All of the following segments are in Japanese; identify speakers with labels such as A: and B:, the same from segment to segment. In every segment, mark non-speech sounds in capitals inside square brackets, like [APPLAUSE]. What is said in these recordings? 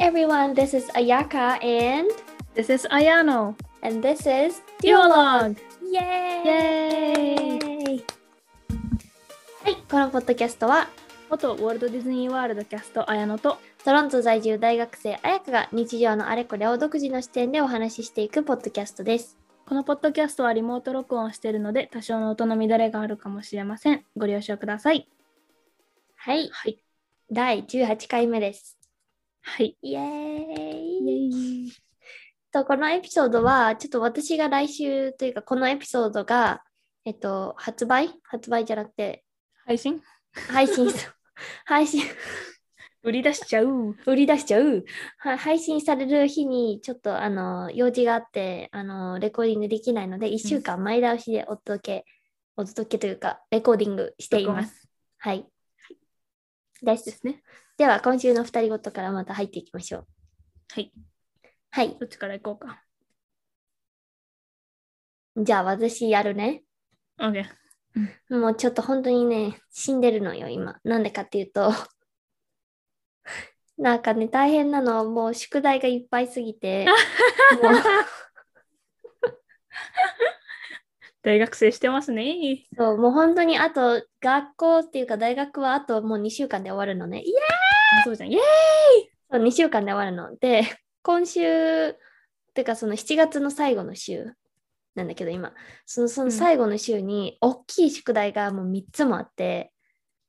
A: everyone, this is Ayaka and
B: This is Ayano.
A: and this is
B: Dialogue.
A: Yay! はい、このポッドキャストは
B: 元ウォルト・ディズニー・ワールドキャスト綾乃と
A: トロント在住大学生あやかが日常のあれこれを独自の視点でお話ししていくポッドキャストです。
B: このポッドキャストはリモート録音をしているので多少の音の乱れがあるかもしれませんご了承ください
A: はい、
B: はい
A: 第18回目です。
B: はい
A: イエーイ
B: イ
A: とこのエピソードはちょっと私が来週というかこのエピソードがえっと発売発売じゃなくて
B: 配信
A: 配信 [LAUGHS] さ配信
B: 売り出しちゃう
A: 売り出しちゃうは配信される日にちょっとあの用事があってあのレコーディングできないので1週間前倒しでお届け、お届けというかレコーディングしています。
B: す
A: はい。です。
B: ですね
A: では今週の二人ごとからまた入っていきましょう。
B: はい
A: はい。
B: どっちから行こうか
A: じゃあ私やるね。
B: OK
A: もうちょっと本当にね、死んでるのよ、今。なんでかっていうと、なんかね、大変なの、もう宿題がいっぱいすぎ [LAUGHS] て、もう
B: 大学生してますね
A: そうもう本当にあと、学校っていうか大学はあともう2週間で終わるのね。いや
B: あそうじゃんイエーイ
A: そう !2 週間で終わるの。で、 [LAUGHS] 今週、てかその7月の最後の週なんだけど、今、そのその最後の週に、大きい宿題がもう3つもあって、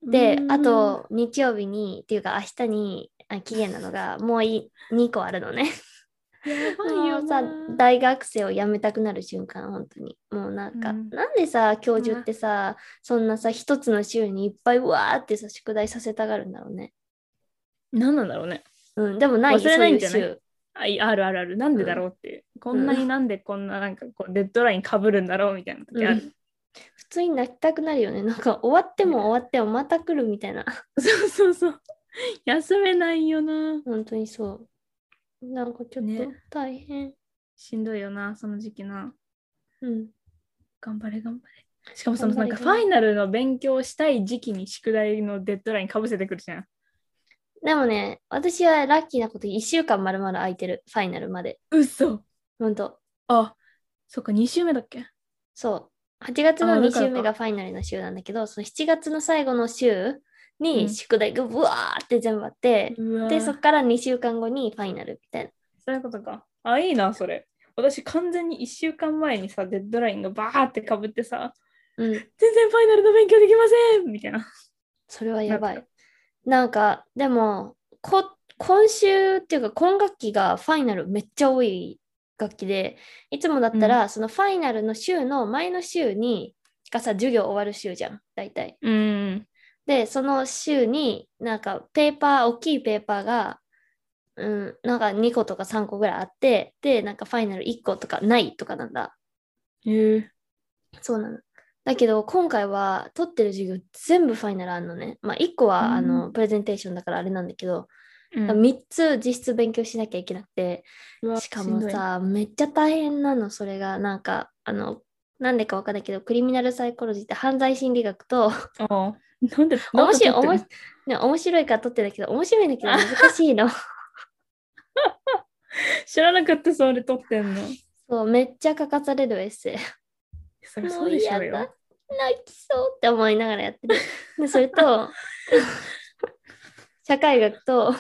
A: で
B: うーん
A: あと日曜日にっていうか明日にあ期限なのがもうい2個あるのね。
B: やばい
A: も
B: よ
A: うさ
B: な
A: 大学生を辞めたくなる瞬間本当にもうなんか、
B: うん
A: なんでさ教授ってさそんなさ一つの週にいっぱいうわーってさ宿題させたがるんだろうね。
B: 何なんだろうね
A: うん、でもない
B: 忘れないんじゃない
A: そういう
B: あいあるあるあるなんでだろうって、こんなになんでこんななんかこうデッドラインかぶるんだろうみたいな時ある、
A: 週普通に泣きたくなるよねなんか終わっても終わってもまた来るみたいな [LAUGHS]
B: [LAUGHS] そうそうそう休めないよな
A: 本当にそうなんかちょっと
B: ね
A: 大変、
B: しんどいよなその時期な
A: うん
B: 頑張れ頑張れしかもそのな
A: 頑張
B: ん
A: れ
B: かファイナルの勉強したい時期に宿題のデッドラインかぶせてくるじゃん
A: でもね、私はラッキーなこと1週間まるまる空いてる、ファイナルまで。
B: 嘘
A: ほんと、
B: あそっか2週目だっけ
A: そう。8月の
B: あ
A: 2
B: だからか
A: 週目がファイナルの週なんだけど、その7月の最後の週
B: う
A: に
B: ん
A: 宿題がブワーって全部あって、
B: うわ
A: で、そっから2週間後にファイナルみたいな。
B: そういうことかあいいなそれ私完全に1週間前にさデッドラインがバーってかぶってさ
A: うん、
B: 全然ファイナルの勉強できませんみたいな
A: それはやば。
B: ない
A: なんか、でも、こ今週っていうか今学期がファイナルめっちゃ多い学期でいつもだったら、そのファイナルの週の前の週にがさ授業終わる週じゃん大体
B: うん
A: で、その週に、なんか、ペーパー、大きいペーパーが、うん、なんか2個とか3個ぐらいあって、で、なんかファイナル1個とかないとかなんだ。
B: えー、
A: そうなの。だけど、今回は、取ってる授業全部ファイナルあるのね。まあ、1個は、
B: うん
A: あの、プレゼンテーションだからあれなんだけど、
B: うん
A: 3つ実質勉強しなきゃいけなくて、
B: うわ
A: しかもさ、めっちゃ大変なの、それが。なんか、あの、なんでかわかんないけど、クリミナルサイコロジーって犯罪心理学と、
B: しんどいあーなんで
A: 面白い、
B: なん
A: おも
B: で
A: しね、面白いから撮ってるけど、面白いんだけど難しいの。
B: 知らなかったそれ撮ってんの
A: そう、めっちゃ書かされるエッセイ。
B: そりゃ
A: も
B: そう
A: う
B: でしょ
A: や
B: う
A: だ、
B: よ
A: 泣きそうって思いながらやってる。で、それ
B: [LAUGHS]
A: と、社会学と、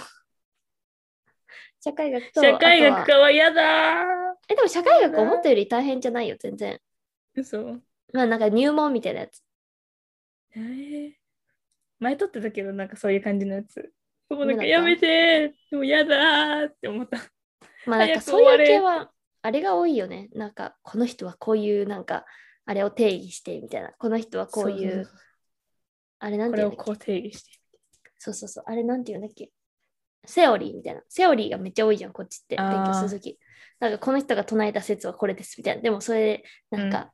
A: 社会学と、
B: 社会
A: あ
B: 学
A: とは
B: 科は嫌だー
A: え、でも社会学思ったより大変じゃないよ、全然。
B: 嘘
A: まあなんか入門みたいなやつ。
B: えー前撮ってたけどなんかそういう感じのやつも
A: ど
B: うなん
A: うだっ
B: か
A: た
B: やめてーもう嫌だーって思った
A: まあなんか
B: 早く
A: そういう系
B: 終わ
A: は、あれが多いよね。なんか、この人はこういう、なんか、あれを定義してみたいな。この人はこういう、
B: そそ
A: あれな
B: そ
A: ん
B: こ
A: ていうん
B: れ
A: だっけ
B: をこう定義して
A: そうそうそう、あれなんていうんだっけセオリーみたいな。セオリーがめっちゃ多いじゃん、こっちって。
B: あ
A: 勉
B: ー
A: 強するとき。なんかこの人が唱えた説はこれですみたいな。でもそれで、なんか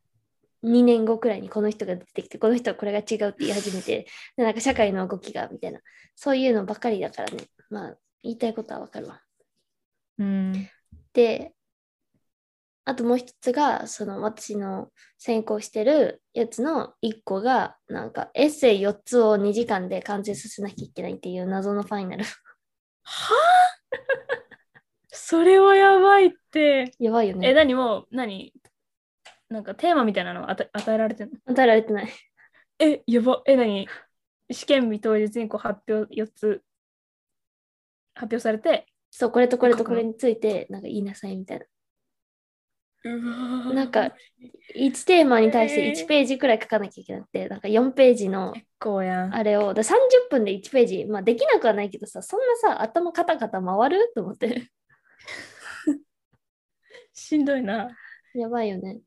A: 2年後くらいにこの人が出てきて、この人はこれが違うって言い始めて、でなんか社会の動きがみたいな。そういうのばかりだからね。まあ、言いたいことはわかるわ。
B: うん
A: で、あともう一つが、その私の専攻してるやつの一個が、なんかエッセイ4つを2時間で完成させなきゃいけないっていう謎のファイナル。
B: はあそれはやばいって。
A: やばいよ
B: え、
A: ね。
B: 何もう、何なんかテーマみたいなのは与与えられてんの
A: 与えられてない。
B: え、やば、え、何試験日当日にこう発表4つ発表されて、
A: そう、これとこれと
B: 書く
A: こ
B: の
A: れについて、なんか言いなさいみたいな。
B: うわ
A: なんか、1テーマに対して1ページくらい書かなきゃいけなくて、なんか4ページの
B: 結構やん。
A: あれを、だ30分で1ページ、まあできなくはないけどさ、そんなさ、頭カタカタ回ると思
B: [LAUGHS]
A: って。
B: しんどいな。
A: やばいよね。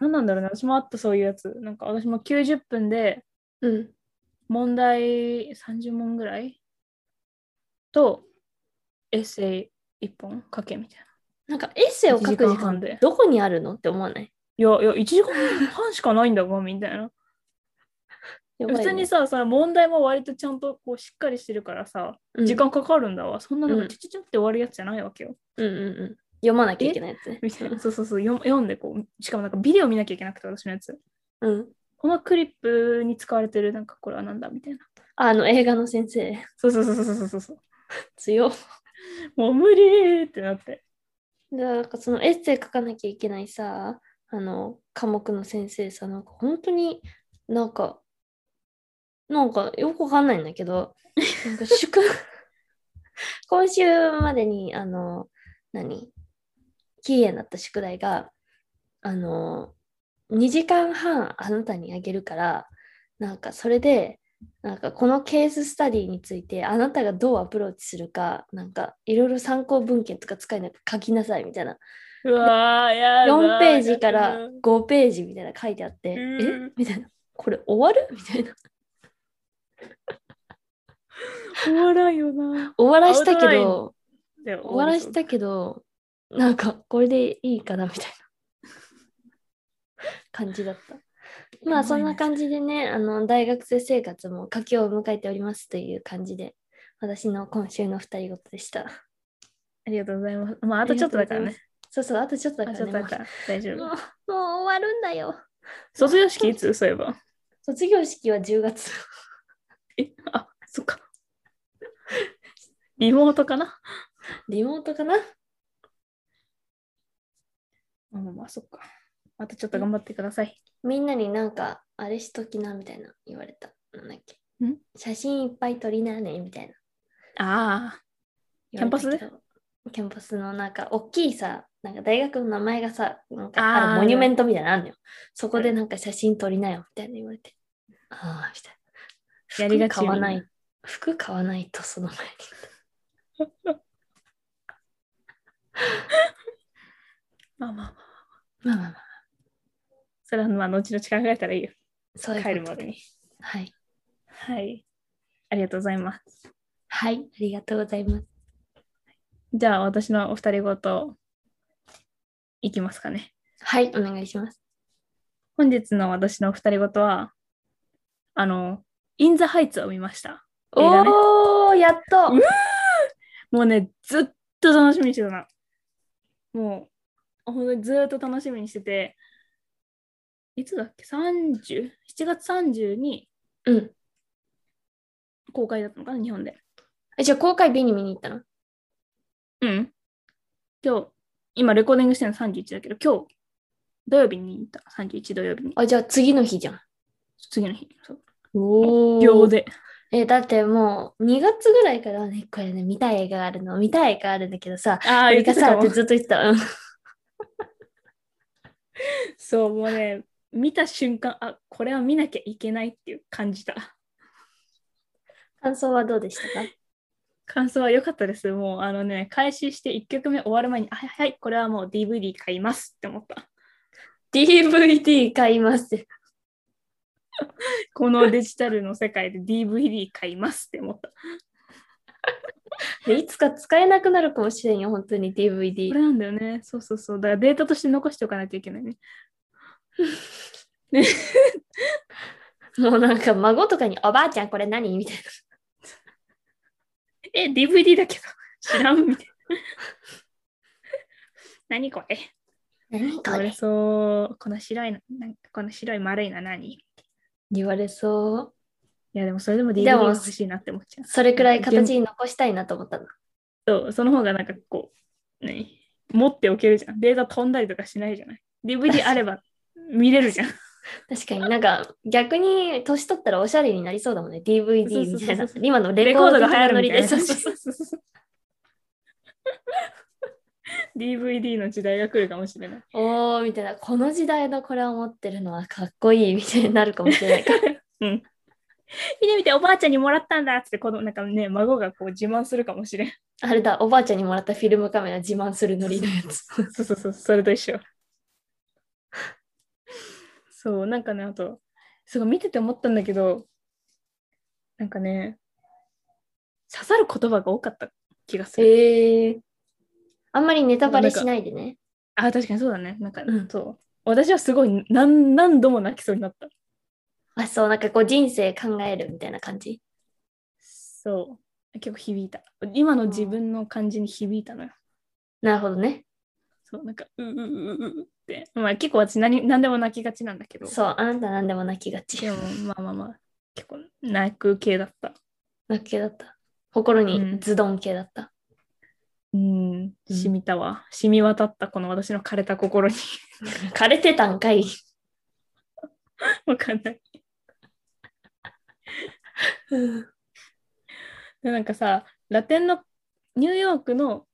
B: 何なんだろうね。私もあったそういうやつ。なんか私も90分で
A: うん。
B: 問題30問ぐらいとエッセイ1本書けみたい
A: な
B: な。
A: んかエッセイを書く時
B: 一時間半
A: 間
B: で
A: どこにあるのって思わない
B: いやいや、1時間半しかないんだが、 [LAUGHS] みたいな。
A: やばい
B: 普
A: よ
B: 通
A: ね
B: にさ、その問題も割とちゃんとこうしっかりしてるからさ、
A: うん
B: 時間かかるんだわ。そんななん
A: う
B: か
A: ん
B: ちょちょちょって終わるやつじゃないわけよ。
A: うんうんうん。読まなきゃいけないやつね。
B: みたいな。そうそうそう、読読んでこう、しかもなんかビデオ見なきゃいけなくて、私のやつ。
A: うん。
B: このクリップに使われてる、なんかこれはなんだみたいな。
A: あの映画の先生、
B: そうそうそうそうそうそう。
A: 強っ。
B: もう無理ーってなって。
A: でなんかそのエッセイ書かなきゃいけないさ、あの、科目の先生さ、なんか本当になんか、なんかよくわかんないんだけど、なんか宿、 [LAUGHS] 今週までに、あの、何期限だった宿題が、あの、2時間半あなたにあげるから、なんかそれで、なんかこのケーススタディについてあなたがどうアプローチするか、なんかいろいろ参考文献とか使いながら書きなさいみたいな。
B: うわー、やだー。
A: 4ページから
B: やだー
A: 5ページみたいな書いてあって、
B: うん
A: えみたいな。これ終わるみたいな。
B: 終わらんよな。
A: 終わらしたけ
B: アウトライン
A: ど、
B: で
A: 終わらし。たけど、なんかこれでいいかなみたい
B: [LAUGHS]
A: な感じだった。まあ
B: やば
A: そ
B: いね
A: んな感じでね、あの大学生生活も佳境を迎えておりますという感じで、私の今週の二人ごとでした。
B: ありがとうございます。まあ、あとちょっとだからね。
A: そうそう、あとちょっとだ
B: あ
A: か
B: ち
A: ら
B: ょっ
A: ね
B: とだから大丈
A: もう
B: 夫
A: も。うもう終わるんだよ。
B: 卒業式いつそういえば。
A: 卒業式は10月。 [LAUGHS]
B: え、あ、そっか。リモートかな
A: リモートかな
B: まあまあまあ、そっか。あとちょっと頑張ってください。
A: みんなになんかあれしときなみたいな言われた。なんだっけ
B: ん
A: 写真いっぱい撮りなねみたいな。
B: ああ。キャンパスで
A: 言われたけどキャンパスのなんか大きいさ、なんか大学の名前がさ、なんか
B: あー
A: あるモニュメントみたいなのあるのよ。そこでなんか写真撮りなよみたいな言われて。ああ、みたいな。
B: やりがち
A: 服買わな
B: みん
A: い。服買わないとその前に。
B: まあまあまあ。
A: まあまあまあ、
B: それはまあ、後々考えたらいいよ。
A: そういうこ
B: 帰
A: と
B: る
A: で
B: までに。
A: はい。
B: はい。ありがとうございます。
A: はい、ありがとうございます。
B: じゃあ、私のお二人ごと、いきますかね。
A: はい、お願いします。
B: 本日の私のお二人ごとは、あの、インザハイツを見ました。映画ね
A: おー、やっと
B: うもうね、ずっと楽しみにしてたな。もう、ほんとにずっと楽しみにしてて、いつだっけ ?30? 7月30に
A: うん。
B: 公開だったのかな日本で。
A: えじゃあ公開日に見に行ったの
B: うん。今日、今レコーディングしてるの31だけど、今日、土曜日に行った。31土曜日に。
A: あ、じゃあ次の日じゃん。
B: 次の日。そう
A: お
B: 秒で。
A: え、だってもう2月ぐらいからね、これね、見たい映画があるの、見たい映画があるんだけどさ、
B: あ
A: こ
B: あ、
A: れ
B: 言って
A: が
B: た
A: さ、
B: か
A: っ
B: も
A: て。ずっと言ってた。うん
B: そう、もうね、見た瞬間、あ、これは見なきゃいけないっていう感じた。
A: 感想はどうでした
B: [LAUGHS]
A: か
B: 感想は良かったです。もうあのね、開始して1曲目終わる前に、あはい、はい、これはもう DVD 買いますって思った。 [LAUGHS]
A: ?DVD 買いますって。
B: このデジタルの世界で DVD 買いますって思った。こ
A: でいつか使 [LAUGHS] えなくなるかもしれんよ、本当に DVD
B: れ。なんだよね。そうそうそう。だからデータとして残しておかないといけないね。ね
A: もうなんか孫とかに、おばあちゃんこれ何みたいな。
B: え、DVD だけど、知 [LAUGHS] らんみたいな。 [LAUGHS] 何これ
A: 何
B: これそう、この白いの、なんかこの白い丸いの何
A: 言われそ
B: いや、でもそれでも DVD
A: で
B: が
A: も
B: 欲しいなって思っちゃう。
A: それくらい形に残したいなと思ったの。
B: そう、その方がなんかこう、何持っておけるじゃん。データ飛んだりとかしないじゃない。DVD あれば見れるじゃん。
A: 確かになんか逆に年取ったらおしゃれになりそうだもんね。DVD みたい
B: そうそうそう
A: な
B: そ。う
A: 今のレ
B: レ
A: コ
B: コ
A: ー
B: ー
A: ド
B: ド
A: が
B: が
A: 流行
B: 流行
A: るノ
B: る
A: リ
B: み
A: で。
B: たいな。
A: そうそうそう
B: [LAUGHS] DVD の時代が来るかもしれない。
A: [LAUGHS] おーみたいな。この時代のこれを持ってるのはかっこいいみたいになるかもし
B: [LAUGHS]
A: れないから。
B: うん。見てみて、おばあちゃんにもらったんだっつって、このなんかね、孫がこう自慢するかもしれん。
A: あれだ、おばあちゃんにもらったフィルムカメラ自慢するノリのや
B: [LAUGHS]
A: つ。
B: そうそうそう、それと一緒。そう、なんかね、あと、すごい見てて思ったんだけど、なんかね、刺さる言葉が多かった気がする。
A: えー。あんまりネタバレしないでね。
B: あ、確かにそうだね。なんか、
A: うん
B: そう。私はすごい何何度も泣きそうになった。
A: あ、そう、なんかこう人生考えるみたいな感じ。
B: そう。結構響いた。今の自分の感じに響いたのよ。
A: なるほどね。
B: そう、なんか、ううううううって。まあ結構私何何でも泣きがちなんだけど。
A: そう、あなた何でも泣きがち
B: で。も、まあまあまあ、結構泣く系だった。
A: 泣き系だった。心
B: う
A: に
B: ん
A: ズドン系だった。
B: うん、染みたわ。染み渡ったこの私の枯れた心に。 [LAUGHS]
A: 枯れてたんかい。
B: わかんない。でなんかさ、ラテンの、ニューヨークの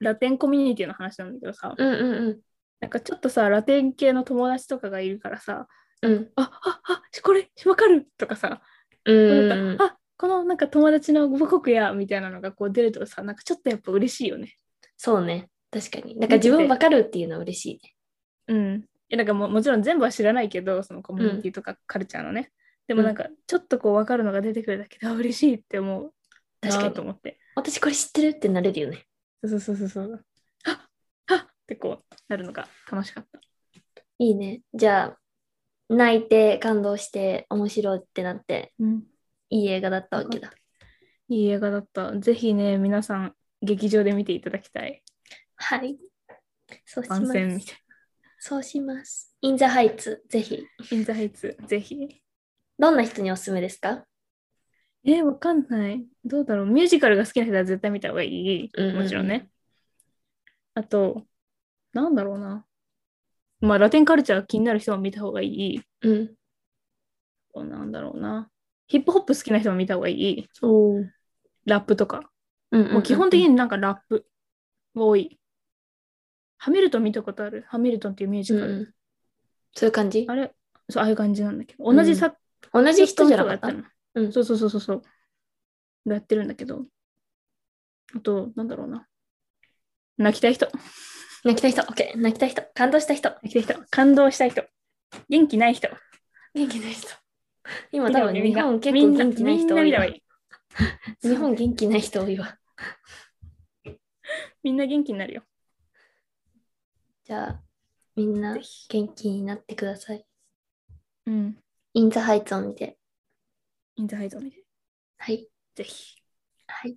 B: ラテンコミュニティの話なんだけどさ、
A: うんうん
B: なんかちょっとさ、ラテン系の友達とかがいるからさ、
A: うん。うん。
B: あ、あ、あ、これ、わかるとかさ、
A: うん
B: なんかあ、このなんか友達の母国やみたいなのがこう出るとさ、なんかちょっとやっぱ嬉しいよね。
A: そうね。確かに。なんか自分わかるっていうのは嬉しいね。
B: うん。えなんかももちろん全部は知らないけど、そのコミュニティとかカルチャーのね。でもなんか、ちょっとこう分かるのが出てくるだけで、あ、嬉しいって思う
A: 確か
B: な
A: に
B: あと思って。
A: 私これ知ってるってなれるよね。
B: そうそうそうそう。ああってこうなるのが楽しかった。
A: いいね。じゃあ、泣いて感動して面白いってなって、
B: うん、
A: いい映画だったわけだ。
B: いい映画だった。ぜひね、皆さん、劇場で見ていただきたい。
A: はい。そうしま
B: 番宣み
A: す。
B: たい
A: そうします。インザハイツ、ぜひ。
B: な。インザハイツ、ぜひ。
A: どんな人におすすめですか
B: えー、わかんない。どうだろう。ミュージカルが好きな人は絶対見た方がいい。
A: うんうんうん
B: もちろんね。あと、なんだろうな。まあ、ラテンカルチャー気になる人は見た方がいい。
A: うん。
B: こうなんだろうな。ヒップホップ好きな人は見た方がいい。
A: おう
B: ラップとか。
A: ん
B: もう基本的
A: に。
B: になんかラップが多い。ハミルトン見たことあるハミルトンっていうミュージ
A: う
B: カ
A: んう
B: ル。
A: んそういう感じ
B: あれそう、ああいう感じなんだけど。
A: うん
B: 同じ作
A: 同じ人じゃなかっ
B: やって
A: た
B: るの。
A: うん
B: そうそうそうそうそう。やってるんだけど。あと、なんだろうな。泣きたい人。
A: 泣きたい人、OK。泣きたい人、感動した人、
B: 泣きたい人。感動したい人。元気ない人。
A: 元気ない人。今多分
B: みん
A: 日
B: な
A: 本結
B: み
A: 構
B: んな
A: 元気ない人多
B: みん
A: い
B: な見た方
A: わ
B: が。いい。
A: 日本元気ない人多いわ。
B: みんな元気になるよ。
A: じゃあ、みんな
B: ぜひ。
A: 元気になってください。
B: うん。
A: インザハイツを見て。
B: インザハイド見て。
A: はい。
B: ぜひ。
A: はい。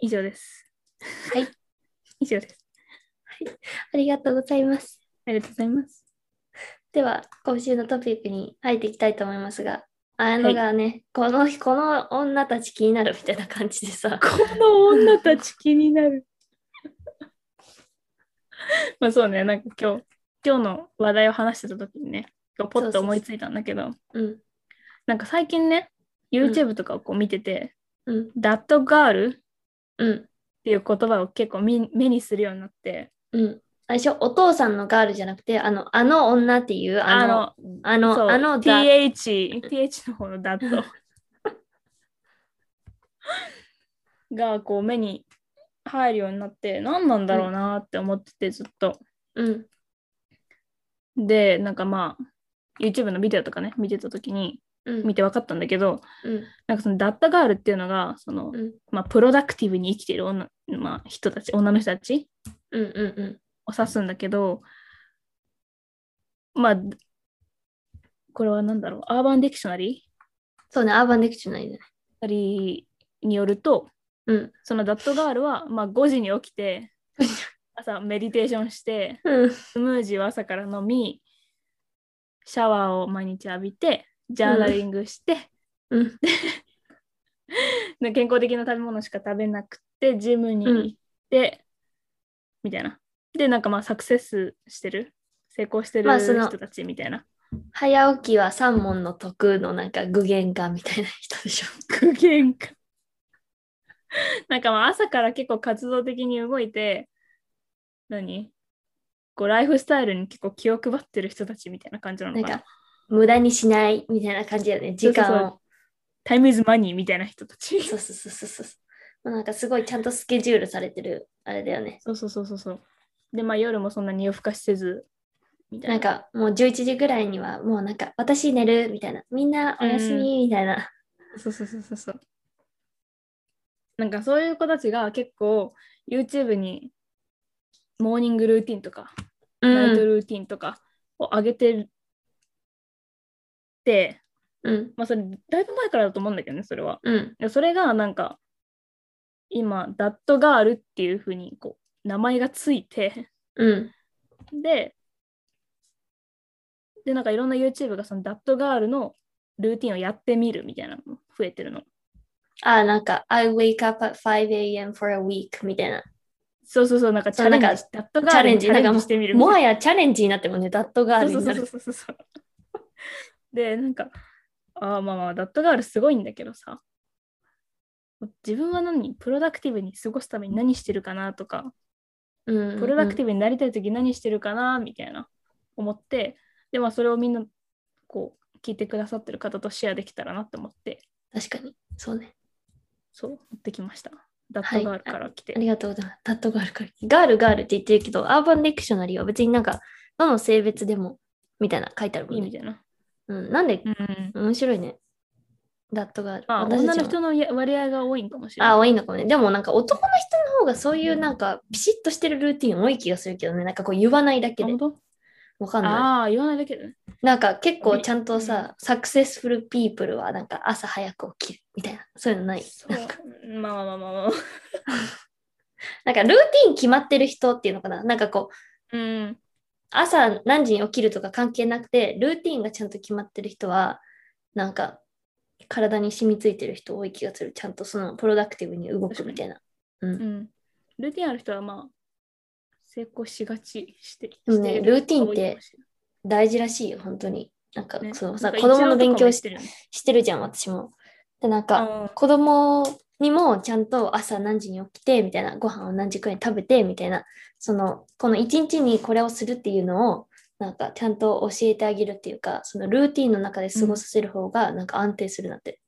B: 以上です。
A: はい。
B: [LAUGHS] 以上です。
A: ありがとうございます。
B: ありがとうございます。
A: では、今週のトピックに入っていきたいと思いますが、あのがね、この、この女たち気になるみたいな感じでさ、
B: この女たち気になる。 [LAUGHS] まあそうね、なんか今日、今日の話題を話してた時にね、こうポッと思いついたんだけど、
A: うん、
B: なんか最近ね、YouTube とかをこう見てて、
A: うん、
B: ダットガールっ
A: うん、
B: ていう言葉を結構み目にするようになって、
A: うん。最初、お父さんのガールじゃなくて、あの、あの女っていう、あ
B: あ
A: の、
B: の、
A: あの、
B: そう
A: あの、だ
B: TH、TH の方のダット [LAUGHS] がこう目に入るようになって、何なんだろうなって思っててずっと。
A: うん、
B: で、なんかまあ、YouTube のビデオとかね、見てたときに、
A: うん、
B: 見て分かったんだけど、
A: うん、
B: なんかそのダッタガールっていうのが、そ
A: う
B: の、
A: ん、
B: まあ、プロダクティブに生きてる女、まあ、人たち、女の人たち
A: うん、うん、うん。
B: を指すんだけど、まあ、これは何だろう、アーバンディクショナリ
A: そうね、アーバンディクショナリーだね。
B: ーによると、
A: うん、
B: そのダットガールは、まあ、5時に起きて、朝メディテーションして、
A: うん、
B: スムージーを朝から飲み、シャワーを毎日浴びて、ジャーナリングして、
A: うん。
B: で健康的な食べ物しか食べなくてジムに行って、みたいなでなんかまあサクセスしてる成功してる
A: まあその
B: 人たちみたいな、
A: 早起きは三問の得のなんか具現化みたいな人でしょ。
B: 苦言か [LAUGHS] なんかまあ朝から結構活動的に動いて何こうライフスタイルに結構気を配ってる人たちみたいな感じなの
A: な
B: か
A: ん
B: な
A: か無駄にしないみたいな感じだよね。時間を。
B: タイムイズマニーみたいな人たち
A: そうそうそうそうそう。まあ、なんかすごいちゃんとスケジュールされてるあれだよね。
B: そうそうそうそうそうでまあ夜もそんなに夜更かしせずみたい
A: な
B: なん
A: かもう11時ぐらいにはもうなんか私寝るみたいな。みんなおやすみみたいな。
B: そうそうそうそうそう。なんかそういう子たちが結構 YouTube にモーニングルーティンとか、
A: うん。
B: ナイト
A: うん
B: ルーティンとかを上げてるって、
A: うん。
B: まあそれだいぶ前からだと思うんだけどね、それは。
A: うん。
B: でそれがなんか今、ダットガールっていうふうにこう名前がついて、
A: うん。
B: で、で、なんかいろんな YouTube がそのダットガールのルーティンをやってみるみたいなのも増えてるの。
A: あ、なんか I wake up at 5am for a week みたいな。
B: そうそうそう、なんかチ
A: そう
B: ャレンジ、
A: なん
B: ダ
A: か
B: ットガールに
A: チ
B: チ
A: ャ
B: ャ
A: レンジ
B: レンジしてみるみ
A: も
B: た
A: はいやチャレンジになってもね、ダットガー
B: な。
A: ルにな
B: そう
A: る。
B: そうそうそうそう。で、なんか、ああまあまあ、ダットガールすごいんだけどさ、自分は何、プロダクティブに過ごすために何してるかなとか、
A: うん
B: プロダクテ
A: ィ
B: ィブになりたい時何してるかなみたいな思って、で、まあそれをみんな、こう、聞いてくださってる方とシェアできたらなって思って、
A: ブ。確かに。そうね。
B: そう、持ってきました。ダットガールから来て。
A: ありがとうございます。ダットガールから。ガールガールって言ってるけど、アーバンディクショナリーは別になんか、どの性別でも、みたいな書いてあるも
B: いい
A: ん
B: み
A: ね。
B: たいな。
A: うん、なんで、
B: うん。
A: 面白いね。ダットガール。
B: まあ、
A: 私た
B: 女
A: ち
B: の
A: も
B: 人の割合が多いんかもしれない。
A: あ、多いのかもね。でもなんか男の人の方がそういうなんかピシッとしてるルーティン多い気がするけどね。なんかこう言わないだけ
B: あ
A: で
B: 本。当
A: わかんな
B: ああ、言わないだけでね。
A: い。なんか結構ちゃんとさ、サクセスフルピープルはなんか朝早く起きるみたいな。そういうのない。
B: そう
A: なんか [LAUGHS]
B: まあまあまあまあまあ。
A: なんかルーティン決まってる人っていうのかな。なんかこう
B: うん。
A: 朝何時に起きるとか関係なくて、ルーティンがちゃんと決まってる人は、なんか体に染みついてる人多い気がする。ちゃんとそのプロダクティブに動くみたいな。うん
B: うん。ルーティンある人はまあ、成功しがちして。
A: でもね
B: してる
A: ルーティンって
B: 多いかもし
A: 大事らしいよ、本当に。なんか
B: れないね
A: その
B: な
A: さ、
B: んか
A: 子供の勉強
B: 一
A: し
B: 郎とかも言ってるよね。
A: してるじゃん、私も。で、なんか、
B: あ
A: 子供にもちゃんと朝何時に起きて、みたいな、ご飯を何時くらいに食べて、みたいな、その、この一日にこれをするっていうのを、なんか、ちゃんと教えてあげるっていうか、そのルーティンの中で過ごさせる方が、なんか安定するなって。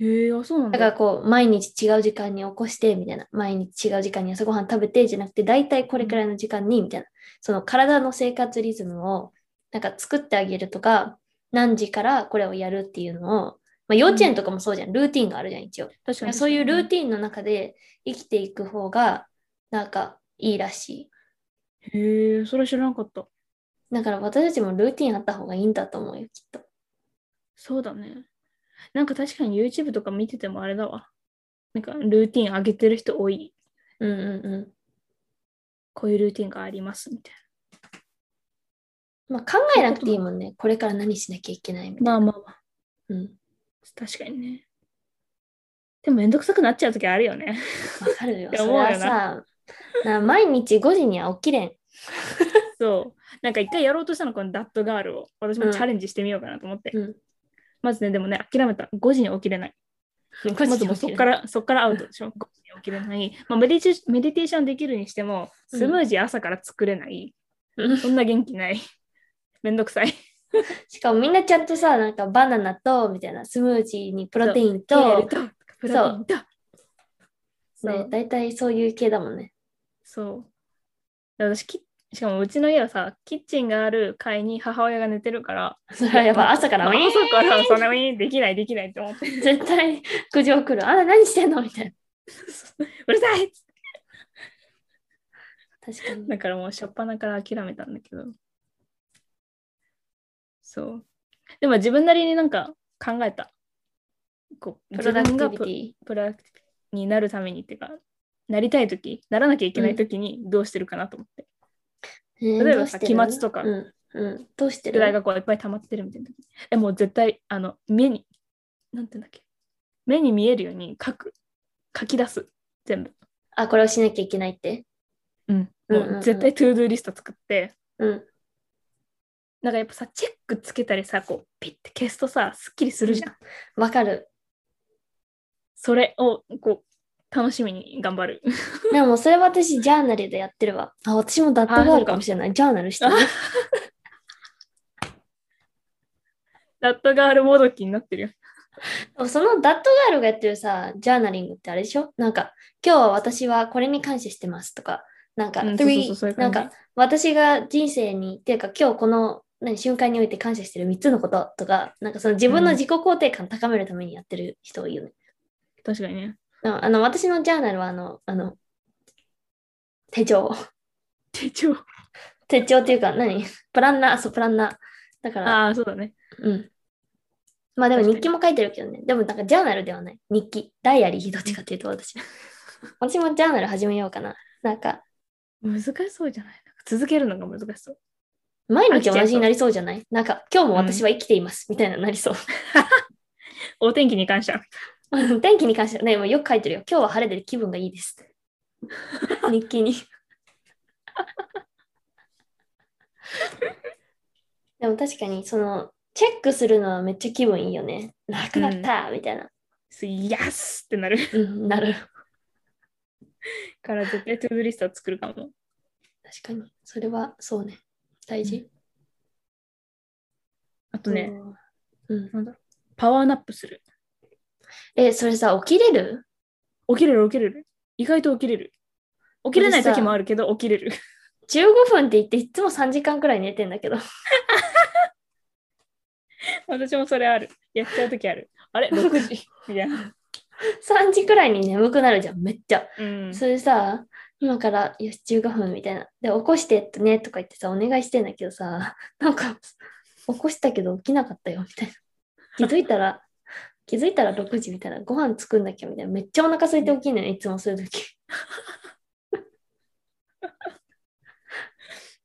B: へえ、あ、そうなん
A: だ
B: だ。
A: から、こう、毎日違う時間に起こして、みたいな、毎日違う時間に朝ごはん食べて、じゃなくて、大体これくらいの時間に、みたいな、その体の生活リズムを、なんか作ってあげるとか、何時からこれをやるっていうのを、まあ、幼稚園とかもそうじゃん、ルーティンがあるじゃん、一応。
B: 確かに。
A: そういうルー
B: ィ
A: ティンの中で生きていく方がなんかいいらし
B: ン。へえ、それ知らなかった。
A: い。だから私たちもルーティンあった方がいいんだと思うよ、きっと。
B: そうだね。なんか確かに YouTube とか見ててもあれだわ。なんかルーティン上げてる人多い。
A: うんうんう
B: こういうルーティンがありますみたい
A: ん。まあ考えなくていいもんね。これから何しなきゃいけないみたい
B: な。
A: な。
B: まあまあまあ。
A: うん。
B: 確かにね。でもめんどくさくなっちゃう時ある
A: [LAUGHS]
B: よね。
A: わかるよ。
B: って
A: そ
B: 思
A: れ
B: うよな
A: はさ、な毎日5時には起きれん。
B: そう。なんか一回やろうとしたの、このダットガールを。私
A: う
B: も
A: ん
B: チャレンジしてみようかなと思って。
A: うん。
B: まずね、でもね、諦めた。5時に起きれない。
A: [LAUGHS] 5
B: ま
A: 時
B: ず
A: に
B: もう
A: 起き
B: そ
A: れ
B: こ
A: ん
B: から、そこからアウトでしょ。5時に起きれない。まあメディテーション、メディテーションできるにしても、
A: うん
B: スムージー朝から作れない。
A: うん
B: そんな元気ない。 [LAUGHS] めんどくさい。
A: しかもみんなちゃんとさ、なんかバナナと、みたいな、スムージーにプロテイン
B: ケール
A: と、
B: と、プロテインと。そ
A: ね
B: う。、
A: 大体そういう系だもんね。
B: そう。で私キッしかもうちの家はさ、キッチンがある階に母親が寝てるから、
A: それはやっぱ朝から、
B: ま
A: ウ
B: あ
A: ィーン
B: 朝からそんなにできないできないって思って [LAUGHS]
A: 絶対苦情来る。あら、何してんのみたいな。
B: うるさい
A: 確かに。
B: だからもう初っ端から諦めたんだけど。そう。でも自分なりになんか考えた。こう
A: プロダクティビテ
B: 自分が
A: ィ。
B: ププロダクティビティになるためにっていうか、なりたいとき、ならなきゃいけないときにどうしてるかなと思って。
A: え
B: 例えば
A: どうしてる
B: 期末とか
A: うん。うん、どうして
B: 宿題
A: る
B: がこういっぱい溜まってるみたいな時え、もう絶対、あの、目に、なんていうんだっけ目に見えるように書く書き出す全部
A: あ、これをしなきゃいけないって。
B: うん
A: うん
B: も
A: うんうん
B: う絶対トゥードゥーリスト作って
A: うん。
B: なんかやっぱさチェックつけたりさこうピッて消すとさすっきりするじゃん
A: わか
B: [LAUGHS]
A: る。
B: それをこう楽しみに頑張る [LAUGHS]
A: でもそれは私ジャーナルでやってるわ。あ、私もダットがあるかもしれない。ジャーナルしてる。
B: ラットガールもどきになってるよ
A: そのダットガールがやってるさ、ジャーナリングってあれでしょなんか、今日は私はこれに感謝してますとか、なんか、
B: うんそうそうそうそういう
A: な
B: 感
A: ん
B: じ
A: か、私が人生に、っていうか今日この何瞬間において感謝してる3つのこととか、なんかその自分の自己肯定感高めるためにやってる人多いよね。
B: 確かにね
A: ああの、私のジャーナルはあの、あの、手帳。
B: 手帳
A: 手帳っていうか何 [LAUGHS] プランナー、そう、プランナー。だから、
B: ああそうだね
A: うん。まあでも
B: 確かに
A: 日記も書いてるけどね。でもなんかジャーナルではない。日記、ダイアリーどっちかっていうと
B: [LAUGHS]
A: 私。私もジャーナル始めようかな。なんか、
B: 難しそうじゃないなんか続けるのが難しそう
A: 毎日同じになりそうじゃないなんか、今日も私は生きています、みたいなのになりそう。 [LAUGHS]
B: お天気に感謝
A: 天気に関してはね、もうよく書いてるよ。今日は晴れで気分がいい
B: [LAUGHS]
A: です。日記に。でも確かに、その、チェックするのはめっちゃ気分いいよね。なくなった、みたいな。
B: イエスってなる
A: うん、なる。
B: [LAUGHS] から絶対トゥードゥーリストを作るかも
A: 確かに。それは、そうね。大事。
B: あとね、
A: うん。
B: なんだろうパワーナップする
A: え、それさ、起きれる
B: 起きれる起きれる意外と起きれる起きれない時もあるけど起きれる [LAUGHS]
A: ?15 分って言って、いつも3時間くらい寝てんだけど。 [LAUGHS]
B: 私もそれあるやっちゃう時あるあれ6時 [LAUGHS] みたいな、
A: 3時くらいに眠くなるじゃん、めっちゃ。
B: うん、
A: それさ、今から、よし、15分みたいな。で、起こしてってね、とか言ってさ、お願いしてんだけどさ、 [LAUGHS] なんか、起こしたけど起きなかったよ、みたいな。気づいたら、 [LAUGHS] 気づいたら6時みたいな。ご飯作んなきゃ、みたいな。めっちゃお腹空いて起きんのよ、いつもそういう時。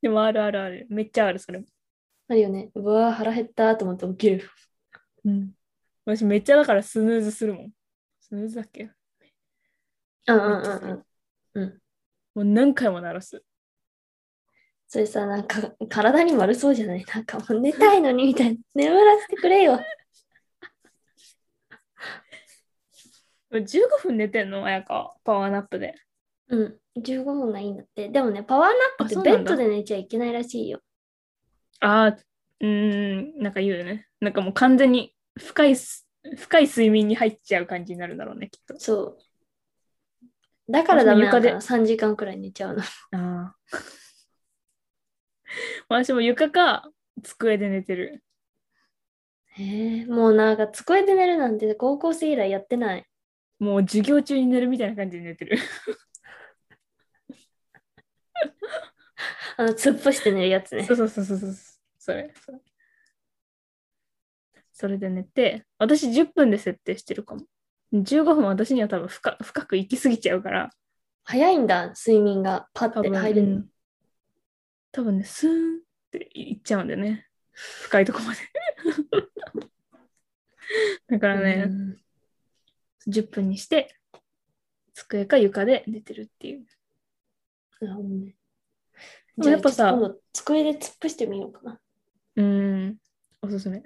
B: でもあるあるあるめっちゃあるそれも、
A: あるよね。うわー腹減ったと思って起きる。
B: うん、私めっちゃだからスヌーズするもんスヌーズだっけ
A: うんうん
B: めっ
A: う
B: ち
A: ん
B: ゃ
A: う
B: す
A: ん
B: る。もう何回も鳴らす
A: それさ、なんか体に悪そうじゃないなんかもう寝たいのにみた [LAUGHS] いな。眠らせてくれよ。
B: 15分寝てんのやかパワーナップで
A: うん。15分がいいんだって。でもね、パワーナップ
B: あそ
A: っ
B: う
A: て
B: な
A: ベ
B: ん
A: ッ
B: だ
A: ドで寝ちゃいけないらしいよ。
B: ああ、うーん、なんか言うよね。なんかもう完全に深いす、深い睡眠に入っちゃう感じになるんだろうね、きっと。
A: そう。だからダメなのかな
B: 私
A: 3時間くらい寝ちゃうの。
B: ああ。 [LAUGHS] 私も床か机で寝てる。
A: へえもうなんか机で寝るなんて高校生以来やってない。
B: もう授業中に寝るみたいな感じで寝てる。
A: あの、突っ伏して寝るやつね
B: そ。うそうそうそうそう。それ。それそれで寝て、私10分で設定してるかも。15分は私には多分深深く行き過ぎちゃうから、
A: 早いんだ、睡眠がパッ
B: 多
A: て
B: 分
A: 入る
B: う
A: の。
B: ん多分ね、スーンっていっちゃうんだよね。深いとこまで。 [LAUGHS] だから
A: う
B: ね、
A: ん
B: 10分にして、机か床で寝てるっていう。
A: なるほどね。
B: も
A: じゃあ
B: やっぱさ
A: ちょっと今度机で突っ伏してみようかな。
B: うん、おすすめ。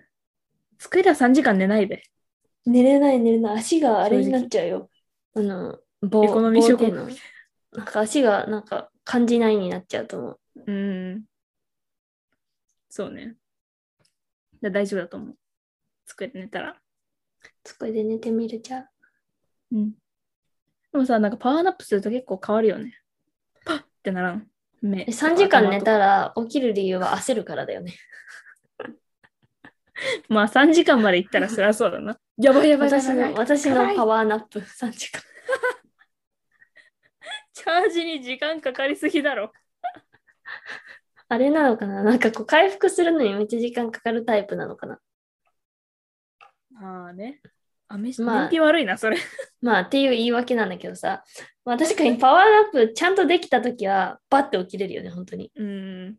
B: 机では3時間寝ないで。
A: 寝れない寝れない足があれになっちゃうよ。あの棒
B: エコノミー症候群
A: 棒っていうのなんか足がなんか感じないになっちゃうと思う。
B: うん。そうね。だ大丈夫だと思う。机で寝たら。
A: 机で寝てみるじゃん。
B: うん。でもさ、なんかパワーナップすると結構変わるよね。パッってならん。目。
A: え3時間寝
B: た
A: たら起きる理由は焦るからだよね。
B: まあ3時間まで行ったらそりゃそうだな。 [LAUGHS] やばいやばいやばい
A: 私
B: やばい
A: の私のパワーナップ3時間。
B: チャージに時間かかりすぎだろ。
A: あれなのかななんかこう回復するのにめっちゃ時間かかるタイプなのかな
B: まあね。あめし、
A: まあ
B: 燃費悪いな、それ。
A: まあっていう言い訳なんだけどさ。まあ確かにパワーナップちゃんとできたときはバッて起きれるよね、本当に。
B: うん。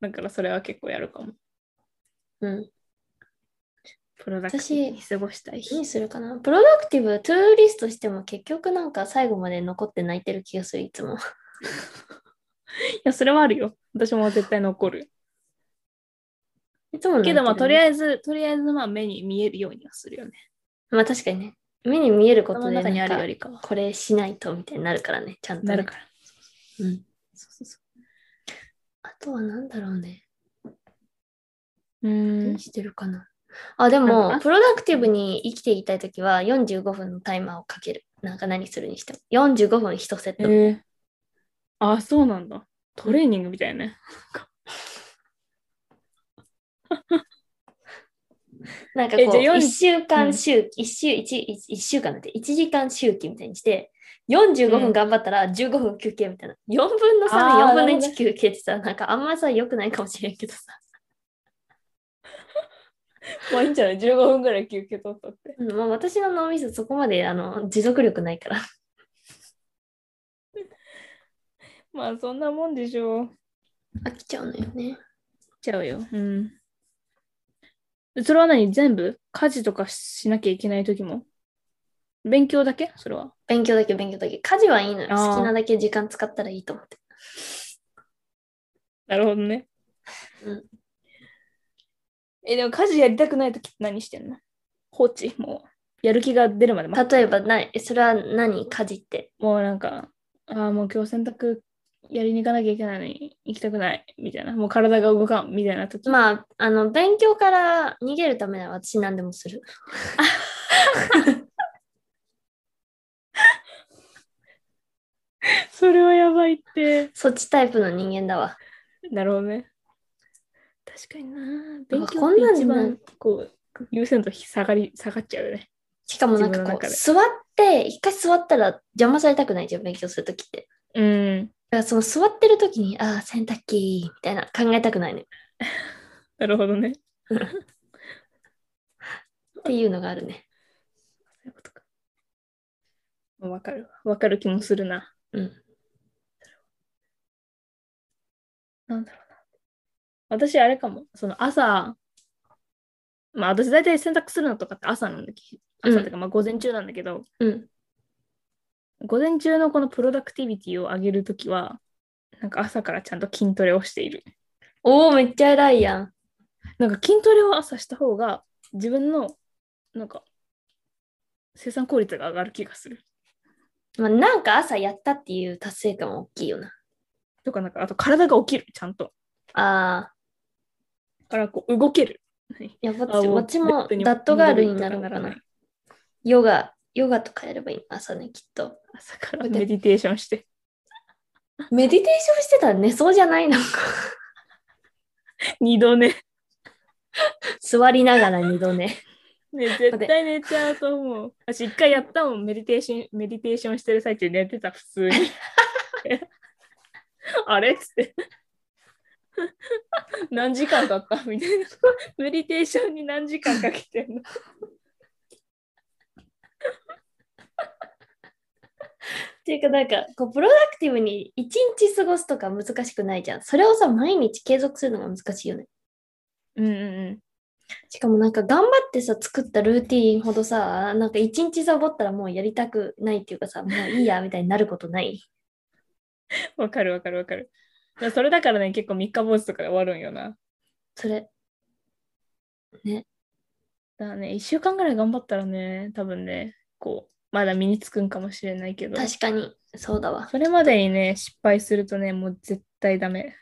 B: だからそれは結構やるかも。
A: うん。
B: プロダクティブに過ごしたい日。
A: 何するかなプロダクティブ、トゥーリストしても結局なんか最後まで残って泣いてる気がする、いつも。 [LAUGHS]
B: いや、それはあるよ。私も絶対残る。
A: いつも
B: けど、まあ、とり
A: え
B: あえず、とりあえず、まあ、目に見えるようにはするよね。
A: ず。まあ確かにね、目に見えること
B: 頭
A: で
B: の中にあるよ
A: り
B: りかは。
A: これしないとみたいになるからね、ちゃんと、ね。
B: なるから。
A: うん。
B: そうそうそ
A: あとは何だろうね。
B: う。うーん
A: 何。してるかな。あ、で
B: なん
A: も、
B: か
A: プロダクティブに生きていたいときは45分のタイマーをかける。なんか何するにしても。45分1セッ
B: え
A: ト。
B: ー、あ、そうなんだ。トレーニングみたいなね。
A: なんかこう、
B: えじゃあ
A: 1
B: 40
A: 週
B: う
A: 間
B: ん
A: 周期、1週、一一週間だって、1時間周期みたいにして、45
B: う
A: 分
B: ん
A: 頑張ったら15分休憩みたいな。4分の3
B: あ
A: で4
B: ー
A: 分の
B: なるほ
A: 1休憩ってさ、なんかあんまさ、良くないかもしれんけどさ。
B: まあいいんじゃない ?15 分ぐらい休憩取ったって。
A: うんまあ、私の脳みそそこまであの持続力ないから。
B: まあそんなもんでしょう。
A: 飽きちゃうのよね。
B: ちゃうよ。うん。それは何全部家事とかしなきゃいけない時も勉強だけそれは。
A: 勉強だけ勉強だけ。家事はいいのよ。
B: あー
A: 好きなだけ時間使ったらいいと思って。
B: なるほどね。
A: うん。
B: え、でも家事やりたくない時って何してんの放置もう。やる気が出るまで待っ
A: 例えばな、えそれは何家事って。
B: もうなんか、ああ、もう今日洗濯やりに行かなきゃいけないのに行きたくないみたいな。もう体が動かんみたいな時。
A: まあ、あの、勉強から逃げるためなら私何でもする。
B: それはやばいって。
A: そっちタイプの人間だわ。
B: なるほどね。確かにな。勉強
A: こ
B: っ
A: んなん
B: て一
A: なん
B: 番こう優先度下がり下がっちゃうよね。
A: しかもなんか
B: 自分
A: こう、
B: の中で
A: 座って、一回座ったら邪魔されたくないじゃん、勉強するときって。
B: うん。
A: だからその座ってるときに、ああ、洗濯機、みたいな考えたくないのよ。
B: なるほど
A: っ
B: ね。
A: ていうのがあるね。
B: そういうことか。わかるわ。わかる気もするな。
A: うん。
B: なんだろうな。私、あれかも。その朝、まあ私大体洗濯するのとかって朝なんだけ
A: うん
B: 朝とかまあ午前中なんだけど、
A: うん。
B: 午前中のこのプロダクティビティを上げるときは、なんか朝からちゃんと筋トレをしている。
A: おお、めっちゃ偉いやん。
B: なんか筋トレを朝した方が自分のなんか生産効率が上がる気がする。
A: まあ、なんか朝やったっていう達成感は大きいよな。
B: とかなんかあと体が起きるちゃんと。
A: ああ、
B: だからこう動ける。
A: やっぱ
B: あもう
A: 私も
B: ベッドに
A: ダットガールになるのか
B: 戻る
A: な
B: とか。
A: ヨガ、ヨガとかやればいいの朝ね、きっと。
B: 朝からメディテーションして。
A: メディテーションしてたら寝そうじゃないのか。
B: 二度寝。
A: 座りながら二度寝。
B: ね、絶対寝ちゃうと思う。私一回やったもん、メディテーション、メディテーションしてる最中寝てた、普通に。 [LAUGHS] あれっつって。何時間経ったみたいな。メディテーションに何時間かけてんの
A: っていうか、なんか、こう、プロダクティブに一日過ごすとか難しくないじゃん。それをさ、毎日継続するのが難しいよね。
B: うんうん
A: しかもなんか、頑張ってさ、作ったルーティーンほどさ、なんか一日サボったらもうやりたくないっていうかさ、もういいや、みたいになることない。
B: うん。わかるわかるわかる。だからそれだからね、結構三日坊主とかで終わるんよな。
A: それ、
B: だからね、一週間ぐらい頑張ったらね、多分ね、こう、まだ身につくんかもしれないけど。
A: 確かに、そうだわ。
B: それまでにね、失敗するとね、もう絶対ダメ。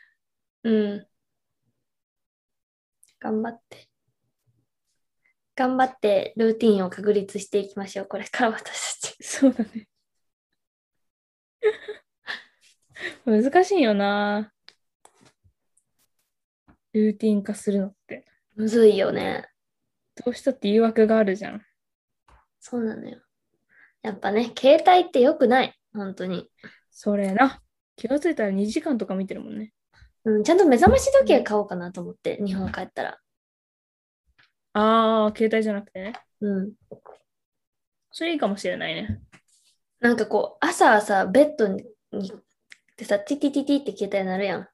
A: うん。頑張って。頑張ってルーティンを確立していきましょう。これから私たち。
B: そうだね。難しいよな。ルーティン化するのって。
A: むずいよね。
B: どうしたって誘惑があるじゃん。
A: そうなのよ。やっぱね、携帯って良くない。本当に。
B: それな。気がついたら2時間とか見てるもんね。
A: うん、ちゃんと目覚まし時計買おうかなと思って、日本帰ったら。
B: ああ、携帯じゃなくてね。
A: うん。
B: それいいかもしれないね。
A: なんかこう、朝はさ、ベッドに、でさ、ティティティティって携帯鳴るやん。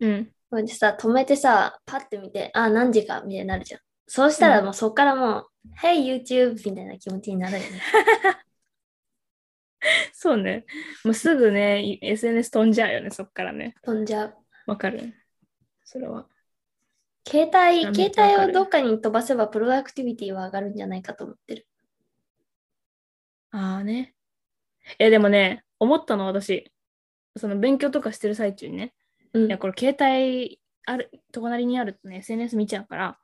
B: うん。
A: それでさ、止めてさ、パッて見て、あ、何時か、みたいになるじゃん。そうしたら
B: うん
A: もうそっからもう、はい、YouTube みたいな気持ちになるよね。
B: [LAUGHS] そうね。もうすぐね、い SNS 飛んじゃうよね、そっからね。
A: 飛んじゃう。
B: わかる。それは。
A: 携帯
B: や、め
A: 携
B: っちゃわかる
A: 帯をどっかに飛ばせばプロダクティビティは上がるんじゃないかと思ってる。
B: ああね。え、でもね、思ったの私、その勉強とかしてる最中にね、
A: う
B: いや、
A: ん。
B: これ携帯ある、隣にあるとね、SNS 見ちゃうから、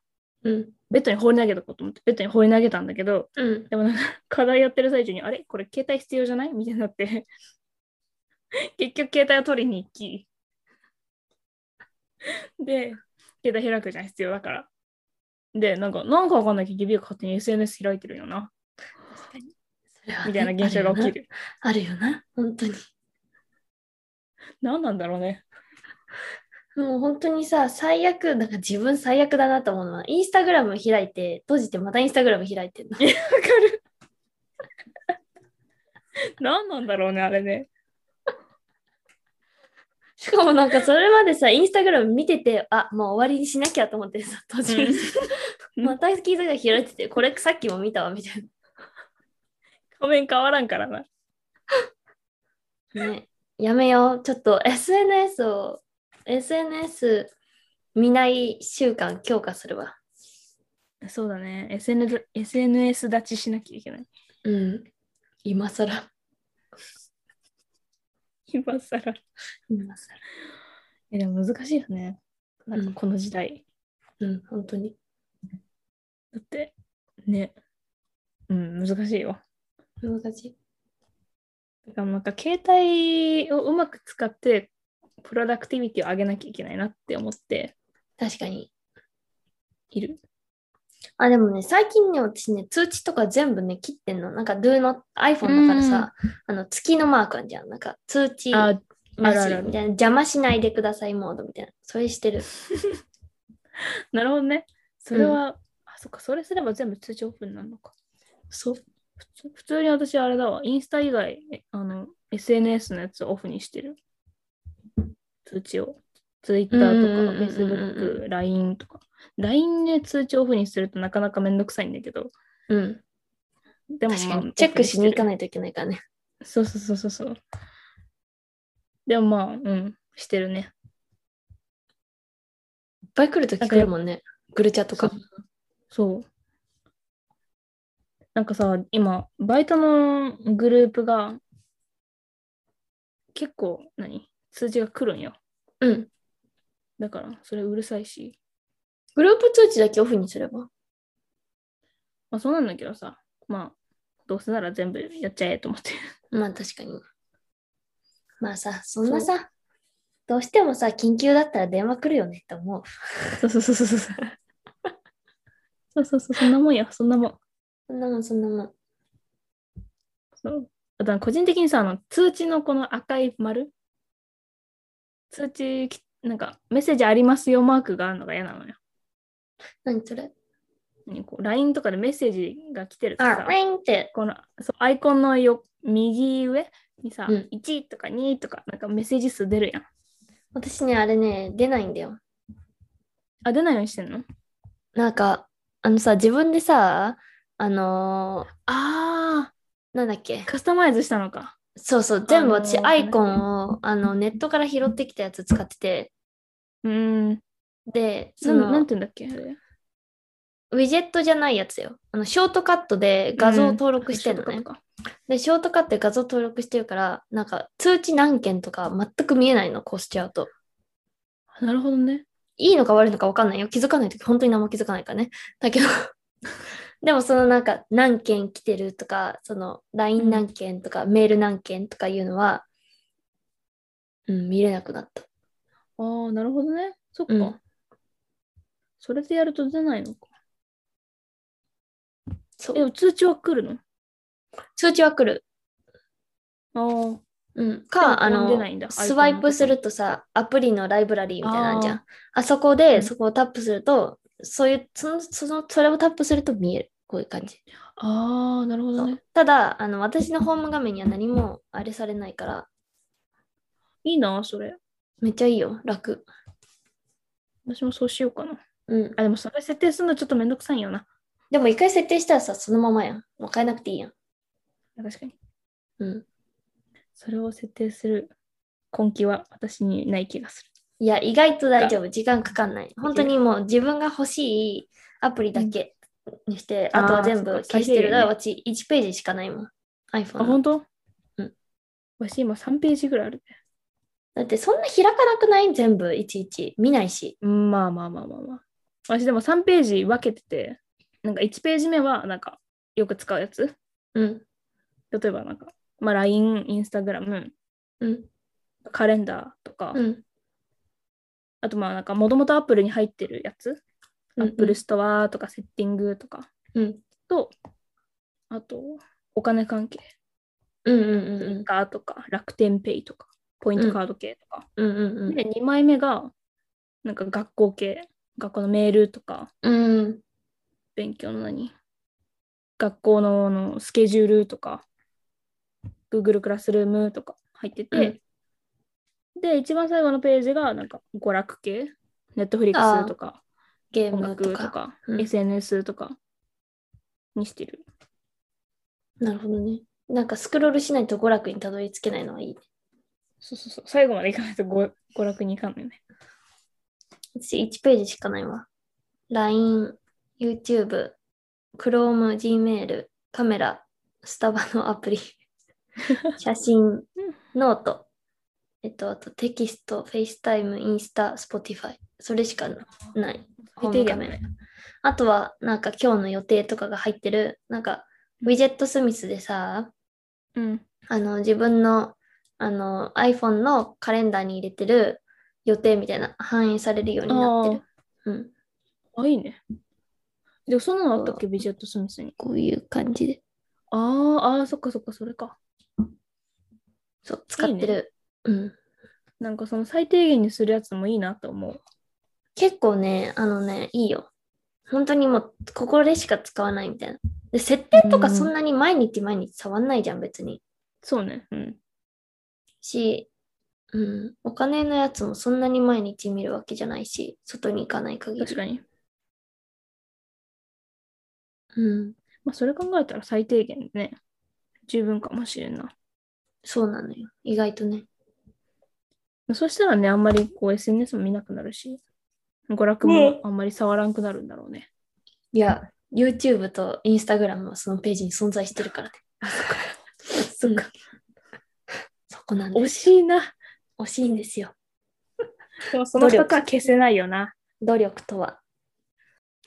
A: うん。
B: ベッドに放り投げとこうと思って、ベッドに放り投げたんだけど、
A: うん。
B: でもなんか課題やってる最中に、あれこれ携帯必要じゃないみたいになって、 [LAUGHS] 結局携帯を取りに行き、で、携帯開くじゃん、必要だから。で、なんか、なんかわかんないけど、指が勝手に SNS 開いてるよな、
A: 確かに。それはね
B: みたいな現象が起き。る。
A: あるよなあるよな。本当に。
B: [LAUGHS] 何なんだろうね。
A: もう本当にさ、最悪、なんか自分最悪だなと思うのは、インスタグラム開いて、閉じてまたインスタグラム開いてんの。
B: わかる。何なんだろうね、あれね。
A: しかもなんかそれまでさ、インスタグラム見てて、あ、もう終わりにしなきゃと思ってさ、閉じる。
B: う
A: [LAUGHS]
B: ん
A: また聞いたが開いてて、これさっきも見たわ、みたい
B: 画面変わらんからな。
A: な。ね、やめよう。ちょっと SNS を、SNS 見ない習慣強化するわ。
B: そうだね。SNS, SNS 立ちしなきゃいけない。
A: うん。今更。
B: 今更。
A: 今更。
B: え、でも難しいよね。なんかこの時代。
A: うん、本当に。
B: だって、ね。うん、難しいよ。
A: 難しい。
B: だからなんか携帯をうまく使って、プロダクティビティを上げなきゃいけないなって思って
A: 確かに。
B: いる。
A: あ、でもね、最近ね、私ね、通知とか全部ね、切ってんの。なんか、do not、iPhone だからさ、あの、月のマークあんじゃん。なんか、通知、
B: あ、
A: なし
B: あるあるある
A: みたいな、邪魔しないでくださいモードみたいな。それしてる。
B: なるほどね。それは、あ、そっか、それすれば全部通知オープンになるのか。そう。普通普通に私あれだわ。インスタ以外、えあの、SNS のやつをオフにしてる。通知を。Twitter とか
A: うんうんうんうんうん
B: Facebook、LINE とか。LINE で通知オフにするとなかなかめんどくさいんだけど。
A: うん。
B: でも、
A: 確
B: ま
A: か
B: あ、
A: に。チェックしに行か
B: な
A: な
B: い。
A: いといけないからね。
B: そうそうそうそうそう。でもまあ、うん、してるね。
A: いっぱい来るとき来るもんね。グルチャとか
B: そ。そう。なんかさ、今、バイトのグループが、結構、何通知が来るんよ。
A: うん。
B: だから、それうるさいし。
A: グループ通知だけオフにすれば。
B: まあ、そうなんだけどさ、まあ、どうせなら全部やっちゃえと思って。
A: まあ、確かに。まあさ、そんなさ、どうしてもさ、緊急だったら電話来るよねって思う。
B: そうそうそうそうそう。そうそうそう、そんなもんや、そんなもん。
A: そんなもん、そんなもん。
B: そう。あと、個人的にさ、あの、通知のこの赤い丸通知き、なんか、メッセージありますよマークがあるのが嫌なのよ。
A: 何それ
B: 何こう LINE とかでメッセージが来てると
A: あ、
B: さ、
A: ウィンって。
B: このそうアイコンのよ右上にさ、
A: うん
B: 1とか2とかなんかメッセージ数出るやん。
A: 私ね、あれね、出ないんだよ。
B: あ、出ないようにしてんの
A: なんか、あのさ、自分でさ、あの
B: あ
A: ーなんだっけ
B: ー、、カスタマイズしたのか。
A: そうそう、全部
B: あのー
A: 私、アイコンをあのネットから拾ってきたやつ使ってて、
B: うーん。
A: で、そ
B: そのな
A: の、
B: んて言うんだっけあれ
A: ウィジェットじゃないやつよ。あの、ショートカットで画像を登録してるの
B: ショー
A: ね
B: ト。カットか
A: で、ショートカットで画像登録してるから、なんか、通知何件とか全く見えないの、こうしちゃうと。
B: あなるほどね。
A: いいのか悪いのか分かんないよ。気づかないとき、本当に何も気づかないからね。だけど、 [LAUGHS] でもそのなんか、何件来てるとか、その LINE 何件とか、メール何件とかいうのは、うん、見れなくなった。
B: あー、なるほどね。そっか。
A: うん
B: それでやると出ないのか。
A: そ
B: え、で
A: う。
B: も通知は来る
A: 通知は来る。
B: のああ。
A: うん。か、あ
B: でも出
A: の
B: ないん、だ
A: スワイプす
B: アイ
A: るとさ、アプリのライブラリーみたいなのあんじゃん。
B: あ
A: あそこ
B: う
A: で、
B: ん
A: そこをタップすると、そういう、その、その、それをタップすると見える。こういう感じ。
B: あー、なるほど
A: そ
B: ね
A: う。ただ、あの、私のホーム画面には何もあれされないから、
B: いいな、それ。
A: めっちゃいいよ。楽。
B: 私もそうしようかな。
A: うん。
B: あ、でもそれ設定するのちょっとめんどくさいよな。
A: でも一回設定したらさ、そのままやん。もう変えなくていいやん。
B: 確かに。
A: うん。
B: それを設定する根気は私にない気がす
A: いや、意外と大丈夫。時間かかんない。本当にもう自分が欲しいアプリだけにして、
B: うん
A: あとは全
B: あ
A: 部
B: ーそっか
A: 消して
B: 最低限
A: る。
B: ね
A: だから私1ページしかないもん。iPhone
B: る。あ、
A: の。
B: 本当
A: うん。
B: わし今3ページぐらいあるね。
A: だってそんな開かなくない全部いちいち見ないし。
B: うんまあまあまあまあまあ。私でも3ページ分けてて、なんか1ページ目はなんかよく使うやつ。
A: うん。
B: 例えばなんか、まあ、LINE、Instagram、
A: うん。
B: カレンダーとか、
A: うん。
B: あとまあなんかもともとアップルに入ってるや
A: う
B: つ、
A: んうん
B: アップルストアとかセッティングとか
A: うん。
B: と、あとお金関係、
A: うんうんうん
B: イカとか楽天ペイとか、ポイントカード系とか。
A: うんうん
B: で、2枚目がなんか学校系、学校のメールとか、
A: うんうん
B: 勉強の何学校のあのスケジュールとか Google クラスルームとか入ってて、で一番最後のページがなんか娯楽系 Netflix とか
A: ゲー
B: 音
A: ム
B: 楽と
A: と
B: か
A: かうん
B: SNS とかにしてる
A: なるほどねなんかスクロールしないと娯楽にたどり着けないのはいいね
B: そうそうそう最後までいかないとご娯楽にいかんのよね
A: 私1ページしかないわ LINE、YouTube、Chrome、Gmail、カメラ、スタバのアプリ写真、ノートえっとあとテキスト、FaceTime、インスタ、Spotify それしかないホームカメラあとは、なんか今日の予定とかが入ってる、なんか、ウィジェットスミスでさ、
B: うん
A: あの、自分の、あの、iPhone のカレンダーに入れてる予定みたいな、反映されるようになってる。うん。
B: あいいねでもそんなのあったっけビジェット・スミスに
A: こういう感じで、
B: あーあーそっかそっかそれか
A: そう、使ってる。うん。
B: なんかその最低限にするやつもいいなと思う
A: 結構ね、あのね、いいよ。本当にもう、ここでしか使わないみたいな。で、設定とか
B: うん
A: そんなに毎日毎日触んないじゃん、別に。
B: そうねうん
A: し、うん、お金のやつもそんなに毎日見るわけじゃないし、外に行かない限り。
B: 確かに。
A: うん、
B: まあ、それ考えたら最低限ね、十分かもしれんな。ま
A: そうなのよ。意外とね。
B: あそしたらね、あんまりこう SNS も見なくなるし、娯楽もあんまり触らんくなるんだろうね。
A: いや、YouTube と Instagram はそのページに存在してるからね。
B: [LAUGHS] そっか。
A: そこなんで
B: 惜
A: す。
B: しいな。
A: 惜しいんですよ。
B: でもその2つは消せないよな。
A: 努力とは。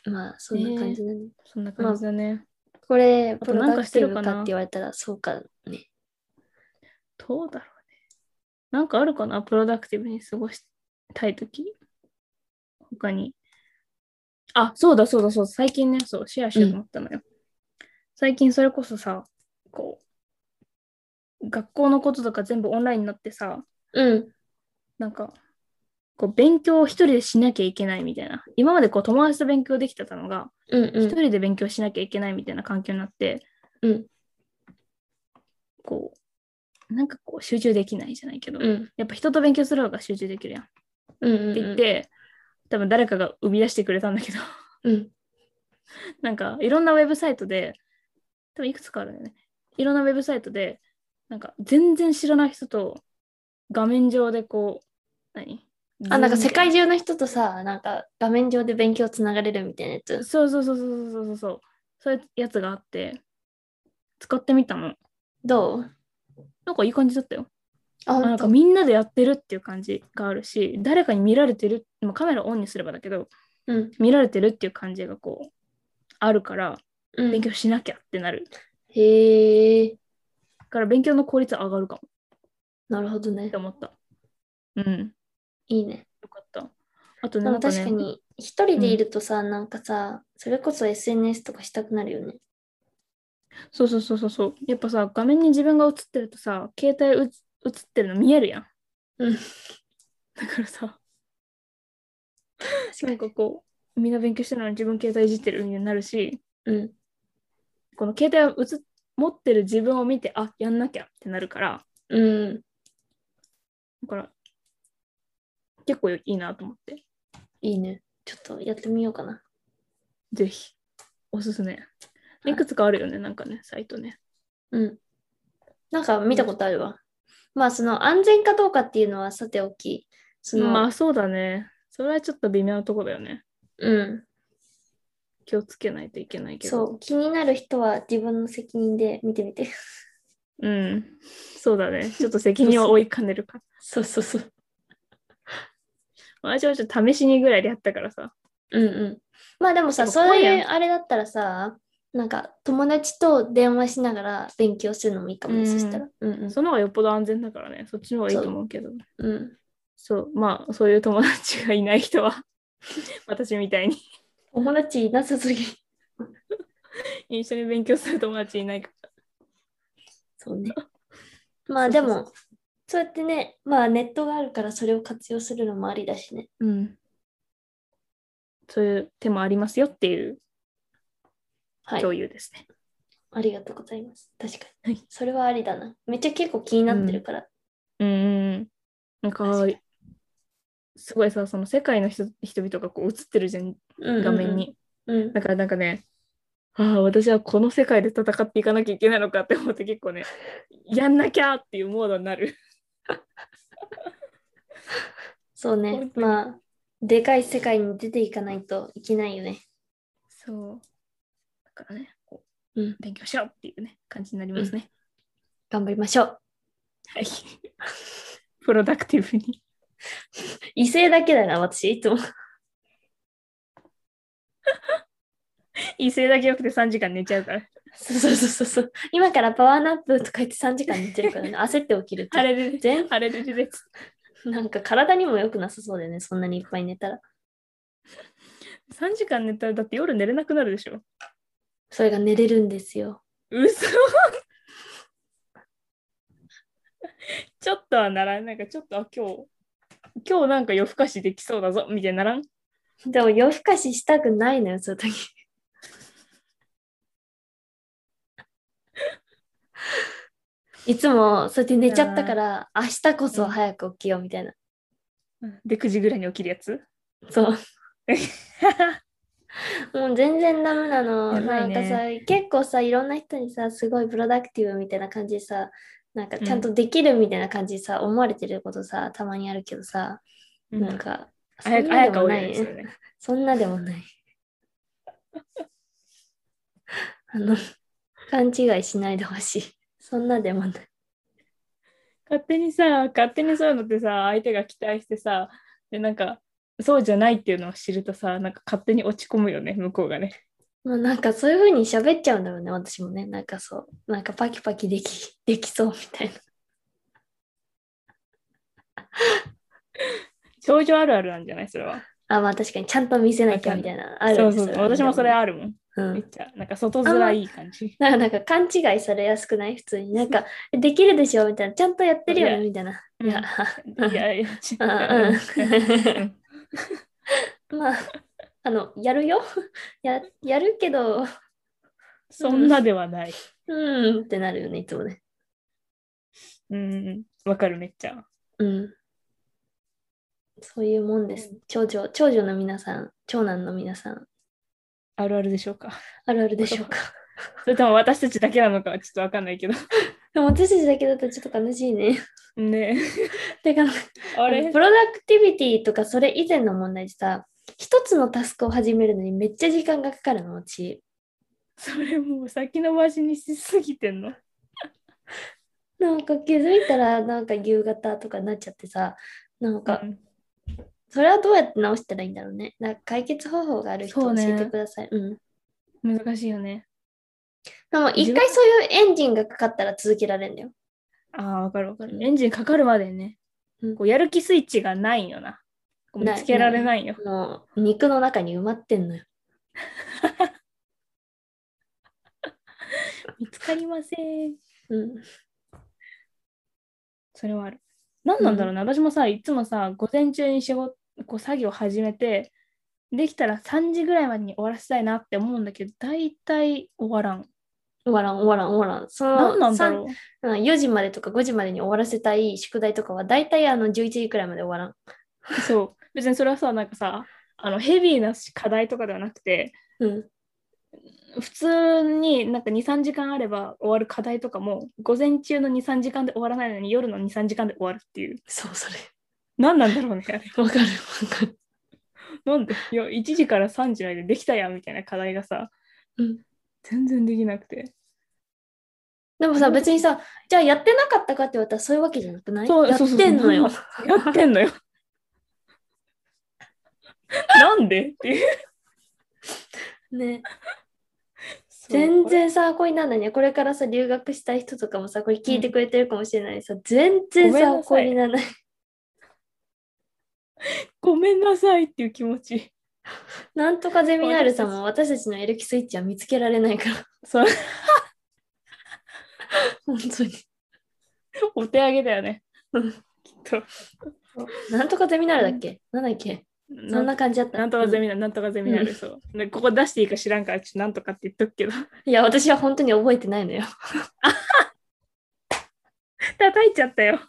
A: まあ、そんな感じだね。
B: そんな感じだね。
A: これ、
B: あ
A: プ
B: と
A: ロ
B: なん
A: ダ
B: か
A: ク
B: して
A: テ
B: る
A: ィ
B: か
A: ブ
B: な
A: かって言われたら、そうかね。
B: どうだろうね。なんかあるかなプロダクティブに過ごしたいとき。他に。あ、そうだそうだそうだ。最近ね、そう、シェアしようと思ったのよ。最近それこそさ、こう、学校のこととか全部オンラインになってさ、
A: うん。
B: なんか、こう、勉強を一人でしなきゃいけないみたいな。今までこう、友達と勉強できてたのが、
A: うん
B: 一
A: う
B: 人で勉強しなきゃいけないみたいな環境になって、
A: ん。うん。
B: こう、なんかこう、集中できないじゃないけど、
A: うん。
B: やっぱ人と勉強する方が集中できるやん。
A: うん
B: っ
A: うん
B: て言って、多分誰かが生み出してくれたんだけど [LAUGHS]
A: うん。
B: なんかいろんなウェブサイトで多分いくつかあるんだよねいろんなウェブサイトでなんか全然知らない人と画面上でこう何
A: あ、なんか世界
B: 中
A: 中の人とさ、なんか画面上で勉強つながれるみたいなやつ。
B: そうそうそうそうそうそうそうそういうやつがあって使ってみたの
A: どう
B: なんかいい感じだったよ
A: あ、
B: あ
A: ほ
B: なんんか
A: と
B: みんなでやってるっていう感じがあるし誰かに見られてる、まあ、カメラオンにすればだけど
A: うん。
B: 見られてるっていう感じがこうあるから
A: うん
B: 勉強しなきゃってなる
A: へえ、
B: だから勉強の効率は上がるかも
A: なるほどね
B: って。思った。うん。
A: いいね。
B: よかった。あと
A: でも
B: ね、なんかね
A: 確かに、一人でいるとさ、なんかさ、それこそ SNS とかしたくなるよね。
B: そうそうそうそうそう。やっぱさ、画面に自分が映ってるとさ、携帯うつ映ってるの見えるやん。
A: うん。
B: だからさ、
A: 確
B: なんかこう、みんな勉強してるのに自分携帯いじってるようになるし、
A: うん。
B: この携帯を映っ持ってる自分を見て、あやんなきゃってなるから、
A: うん。
B: だから、結構いいなと思って。
A: いいね。ちちょっとやってみようかな。
B: ぜひ。おすすめ。
A: い
B: いくつかあるよね、なんかね、サイトね。
A: うん。なんか見たことあるわ。まあその安全かどうかっていうのはさておき、その、
B: まあそうだね。それはちょっと微妙なとこだよね。
A: うん、
B: 気をつけないといけないけど。
A: そう、気になる人は自分の責任で見てみ
B: [LAUGHS]
A: て。
B: うん。そうだ [LAUGHS] ね。ちょっと責任を負いかねるか。
A: そうそうそう。
B: 私はちょっと試しにぐらいでやったからさ。
A: うんうん。まあでもさ、
B: でも
A: そう
B: 怖いやん
A: いうあれだったらさ、なんか友達と電話しながら勉強するのもいいかもね、
B: うん
A: そしたら。うんうん。
B: その方がよっぽど安全だからね。そっちの方がいいと思うけど。
A: うん、
B: そう。まあ、そういう友達がいない人は、 [LAUGHS] 私みたいに
A: 友達いなさすぎ。
B: 一緒に勉強する友達いないから。
A: [LAUGHS] そうね。まあでも、そうやってね、まあネットがあるからそれを活用するのもありだしね。
B: うん。そういう手もありますよっていう
A: はい。
B: 共有ですね。
A: ありがとうございます。確かに。
B: はい
A: それはありだな。めっちゃ結構気になってるから。
B: うん。なんか
A: 確か、
B: すごいさ、その世界の人人々がこう映ってるじゃ
A: う
B: ん、
A: んうんうん
B: 画面に。。
A: うん。
B: だからなんかね、ああ、私はこの世界で戦っていかなきゃいけないのかって思って結構 [LAUGHS] ね、やんなきゃっていうモードになる。
A: そう
B: 本
A: ね。
B: 当に
A: まあ、でかい世界に出ていかないといけないよね。
B: そう。だからね、こう
A: うん
B: 勉強しようっていうね、感じになりますね。
A: 頑張りましょう。
B: はい。 [LAUGHS] プロダクティブに。
A: 異性だけだな、私、いつも。
B: 異性だけよくて3時間寝ちゃうから。
A: [LAUGHS] そうそうそうそうそう。今からパワーナップとか言って3時間寝てるからね、焦って起きる [LAUGHS] って
B: あ。れで、
A: 全
B: [LAUGHS] あれでです。
A: なんか体にも良くなさそうだよね、そんなにいっぱい寝たら。
B: 3時間寝たらだって夜寝れなくなるでしょ。
A: それが寝れるんですよ。
B: 嘘 [LAUGHS] ちょっとはならん。なんかちょっと、あ、今日、今日なんか夜更かしできそうだぞ、みたいにならん。
A: でも夜更かししたくないのよ、そういう時。いつもそうやって寝ちゃったから、明日こそ早く起きようみたいな。
B: で、9時ぐらいに起きるやつ
A: そう。もう全然ダメなの。
B: やば
A: ないん
B: ね
A: かさ、結構さ、いろんな人にさ、すごいプロダクティブみたいな感じでさ、なんかちゃんとできるみたいな感じでさ、思われてることさ、たまにあるけどさ、なんか、そん
B: あやあ
A: な
B: や
A: で
B: か
A: も
B: お
A: な
B: や
A: い
B: ですよね。
A: そんなでもない。あの、勘違いしないでほしい。そんなでもない。
B: 勝手にさ、勝手にそういうのってさ、相手が期待してさ、で、なんか、そうじゃないっていうのを知るとさ、なんか勝手に落ち込むよね、向こうがね。
A: もうなんかそういう風に喋っちゃうんだろうね、私もね。なんかそう、なんかパキパキでき、できそうみたいな。
B: 症状あるあるなんじゃないそれは。
A: あ、まあ確かにちゃんと見せなきゃみたいな。ある
B: そ
A: よ
B: う
A: ね
B: そう
A: れはね
B: 私もそれあるもん。
A: う
B: め
A: ん
B: っ。ちゃ、なんか外面いい感じ。
A: なんかなんか勘違いされやすくない普通に。なんか、できるでしょみたいな。ちゃんとやってるよねみたいな。いや、 [LAUGHS]
B: いやいや、
A: うん
B: 違う。
A: まあ、あの、やるよ。 [LAUGHS] や、やるけど、
B: そんなではない。
A: うんってなるよね、いつもね。
B: うん、わかる、めっちゃ。
A: うん。そういうもんです。長女、長女の皆さん、長男の皆さん、
B: あるあるでしょうか。
A: あるあるでしょうか。
B: それとも私たちだけなのかはちょっとわかんないけど。
A: [LAUGHS] でも私たちだけだとちょっと悲しいね。 [LAUGHS]
B: ね
A: てか、
B: え、あ
A: あ
B: れ
A: のプロダクティビティとかそれ以前の問題でさ、一つのタスクを始めるのにめっちゃ時間がかかるの、うち。
B: それもう先延ばしにしすぎてんの。
A: なんか気づいたら、なんか夕方とかになっちゃってさ、なんか
B: う、ん
A: それはどうやって直したらいいんだろうね。なんか解決方法がある人
B: そ
A: 教
B: うね
A: えてください。うん。
B: 難しいよね。
A: でも一回そういうエンジンがかかったら続けられるんだよ。
B: ああ、わかるわかる。エンジンかかるまでね。
A: うん
B: こうやる気スイッチがないんよな。こう
A: な
B: 見
A: い
B: つけられないよ。
A: もう肉の中に埋まってんのよ。
B: 見つかりません。
A: うん。
B: それはある。何なんだろうな、私もさ、いつもさ、午前中に仕事、こう作業始めて、できたら3時ぐらいまでに終わらせたいなって思うんだけど、大体終わらん。
A: 終わらん終わらん終わらん。その
B: 何なんだろう
A: さんうん4時までとか5時までに終わらせたい宿題とかは大体あの11時くらいまで終わらん。
B: そう。別にそれはさ、なんかさ、あのヘビーな課題とかではなくて
A: うん。
B: 普通になんか23時間あれば終わる課題とかも午前中の23時間で終わらないのに夜の23時間で終わるっていう
A: そう、それ。
B: 何なんだろう
A: [LAUGHS]
B: ねあれ
A: わかる、わかる。
B: なんでいや1時から3時の間できたやんみたいな課題がさ、
A: うん
B: 全然できなくて
A: でもさ、別にさ、じゃあやってなかったかって言われたらそういうわけじゃなくない
B: そう
A: やっ
B: そうそう
A: てんの
B: [LAUGHS]
A: よ。 [LAUGHS]
B: やってんのよ [LAUGHS] なんでっていう
A: ね。
B: そ
A: [LAUGHS]
B: う
A: 全然参考にならないね。これからさ、留学したい人とかもさ、これ聞いてくれてるかもしれないさ、全然
B: ごめんな
A: 参
B: さ
A: 考
B: い
A: にならない。
B: ごめんなさいっていう気持ち
A: なんとかゼミナールさんも
B: そ
A: 私たちのエレキスイッチは見つけられないから、 [LAUGHS]
B: そう
A: 本当に。
B: お手上げだよね
A: うん
B: きっと
A: なんとかゼミナールだっけなんだっけそんな感じだった。
B: なんとかゼ
A: ミ、
B: ミナル、なんとかゼミナル、そう。でここ出していいか知らんから、ちょっとなんとかって言っとくけど、
A: いや、私は本当に覚えてないのよ。 [LAUGHS]
B: 叩いちゃったよ。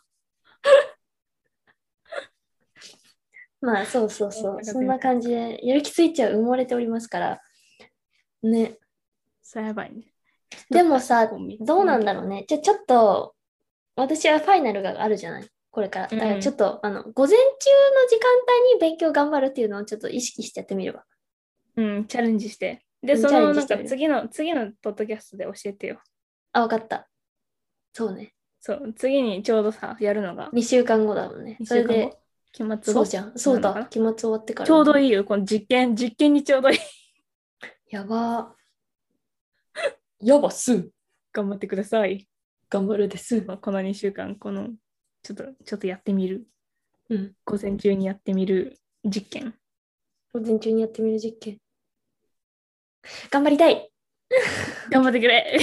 A: まあ、そうそうそ
B: なんとか
A: う。
B: ゼミ
A: そんな感じで、やる気スイッチは埋もれておりますから。ね。
B: それやばいね。
A: でもさ
B: コンビ、
A: どうなんだろうね。じゃあちょっと、私はファイナルがあるじゃない。これから。だか
B: うん
A: らちょっと、あの、午前中の時間帯に勉強頑張るっていうのをちょっと意識してやってみれば。
B: うん、チャレンジして。で、
A: うん
B: そ
A: チャレ
B: の、
A: ンジ
B: なん
A: して
B: か
A: みる
B: 次の、次のポッドキャストで教えてよ。
A: あ、わかった。そうね。
B: そう、次にちょうどさ、やるのが、
A: 2週間後だもんね。それで、
B: 二週間後、期末
A: そう
B: 後
A: じゃん。そう
B: なのか
A: だ
B: な。
A: 期末終わってから。
B: ちょうど
A: い。
B: いいよ、この実験、実験にちょうどいい。
A: やばー。やばす。
B: 頑張ってください。
A: 頑張るです。
B: まあこの2週間、この、ちょっと、ちょっとやってみる。
A: うん。
B: 午前中にやってみる実験。
A: 午前中にやってみる実験。頑張りたい。
B: 頑張ってくれ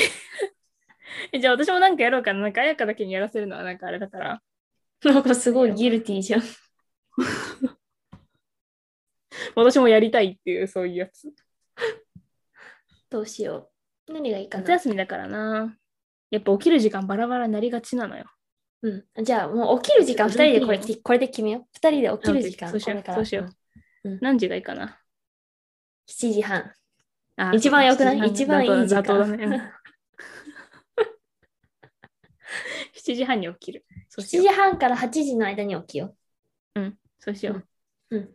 B: [LAUGHS] えじゃあ私もなんかやろうかな。なんか綾香だけにやらせるのはなんかあれだから。
A: なんかすごいギルティじゃん。
B: 私もやりたいっていう、そういうやつ。
A: どうしよう。何がいいか
B: 夏
A: な。
B: 休みだからな。やっぱ起きる時間バラバラになりがちなのよ。
A: うん、じゃあもう起きる時間2人でこれ
B: ルーティ
A: これで決めよう。2人で起きる時
B: あ
A: 間
B: OK そうしよう
A: これから
B: そうしよう
A: うん
B: 何時がいいかな。
A: 7時半。
B: あ
A: 一番良くない
B: 7時
A: 一
B: 半
A: 番いい時
B: 妥当だ
A: 間。
B: ね。うん [LAUGHS] 7時半に起きる。そう
A: 7
B: しよ
A: 時半から8時の間に起きよ
B: う。うん、そうしよう。
A: う。うん。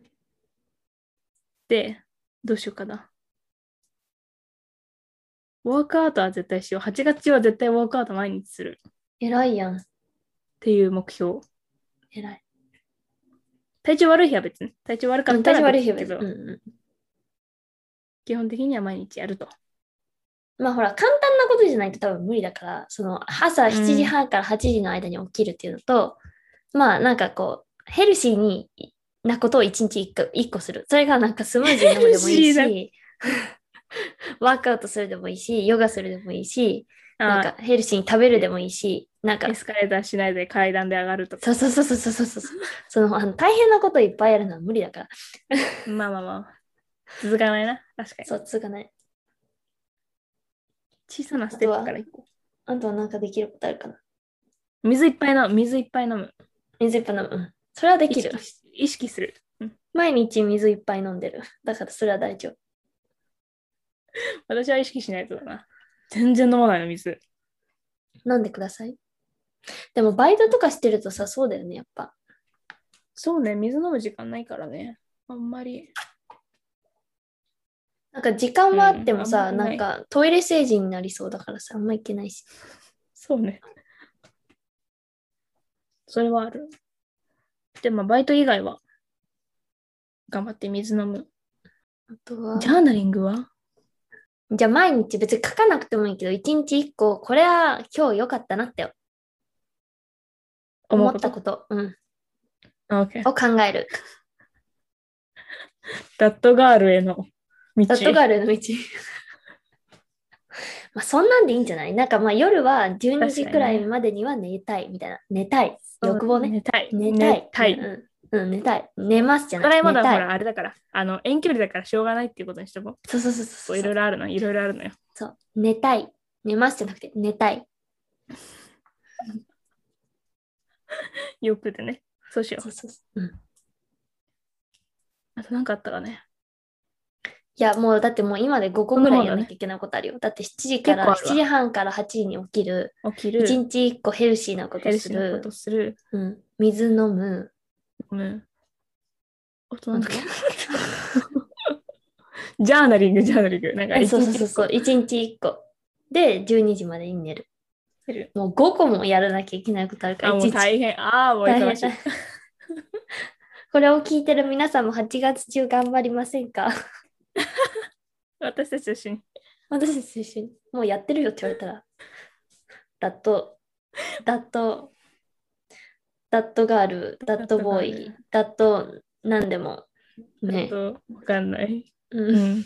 B: で、どうしようかな。ウォークアウトは絶対しよう。8月中は絶対ウォークアウト毎日するっ
A: 偉いやん。
B: ていう目標。
A: 偉い。
B: 体調悪い日は別に。体調悪か
A: う
B: っ
A: ん
B: た
A: 体調
B: ら
A: 悪い日
B: 別
A: は
B: だけ
A: 別う
B: ど、
A: んう
B: 基本的には毎日やると。
A: ん。まあほら、簡単なことじゃないと多分無理だから、その朝7時半から8時の間に起きるっていうのと、まあなんかこう、ヘルシーになことを1日 1, 個一個する。それがなんかスムージー飲むでもいい
B: ヘル
A: し、ワークアウトするでもいいし、ヨガするでもいいし、なん
B: あ
A: かヘルシーに食べるでもいいし、なんか
B: エ、スカレーターしないで階段で上がるとか。
A: そうそうそうそうそうそうそう、そのあの大変なこといっぱいやるのは無理だから、
B: まあまあまあ。続かないな。確かに。
A: そうつうかない。
B: 小さなステップから行こ
A: あとはなんかできることあるかな。
B: う。水いっぱい飲む。水いっぱい飲む。
A: 水いっぱい飲む。うんそれはできる
B: 意。識し意識する。
A: 毎日水いっぱい飲んでる。だからそれは大丈夫。
B: 私は意識しないとだな。全然飲まないの、水。
A: 飲んでください。でもバイトとかしてるとさ、そうだよね、やっぱ。
B: そうね。水飲む時間ないからね。あんまり。
A: なんか時間はあってもさ、
B: うんあんま
A: な
B: り
A: ん
B: な
A: かトイレ成人になりそうだからさ、あんまいけないし。
B: そうね。それはある。でも、バイト以外は、頑張って水飲む。
A: あとは。
B: ジャーナリングは
A: じゃあ毎日別に書かなくてもいいけど、一日一個、これは今日良かったなって思ったこと、うん、
B: と。OK。
A: を考える。
B: ダットガールへの道。
A: ダットガールの道。 [LAUGHS] まあそんなんでいいんじゃないなんかまあ夜は12時くらいまでには寝たいみたいな。寝たい。欲望ね。
B: 寝たい。
A: 寝たい。
B: 寝たい。
A: うん、うん、寝たい。寝ますじゃ
B: お
A: ない。
B: 互いまだ
A: 寝た
B: ほ
A: い
B: ら、あれだから、あの、遠距離だからしょうがないっていうことにしとこう。
A: そうそうそうそ
B: そうういろいろあるの、いろいろあるのよ。
A: そう。寝たい。寝ますじゃなくて寝たい。
B: よくてね。そうしよ
A: そうそうそう。うん。
B: あと何かあったかね。
A: いや、もうだってもう今で5個ぐらいやんなきゃいけないことあるよ。だって7時から、
B: 結構ある
A: 7
B: わ
A: 時半から8時に起きる、
B: 起きる。
A: 1日1個ヘルシーなこと
B: ヘル
A: す
B: シーなこ
A: る
B: と、する。
A: うん、水飲む、
B: うん。あとなんだっけ
A: そ
B: [LAUGHS] ジャーナリング、ジャーナリング。なんか、
A: うそうそうそう、1日1個。で、12時までに寝る。
B: 一日一個
A: もう5個もやらなきゃいけないことあるか
B: あ、
A: ら、
B: も
A: 一
B: う
A: 日
B: 大変。ああ、もう
A: 大変
B: 忙しい。
A: [LAUGHS] これを聞いてる皆さんも8月中頑張りませんか
B: [LAUGHS] 私たちと一緒に。
A: 私たちと一緒に。もうやってるよって言われたら。ダット、ダット、ダットガール、ダットボーイ、ダットなんでも。ね
B: ち。ょっとわかんない。
A: うん
B: ん。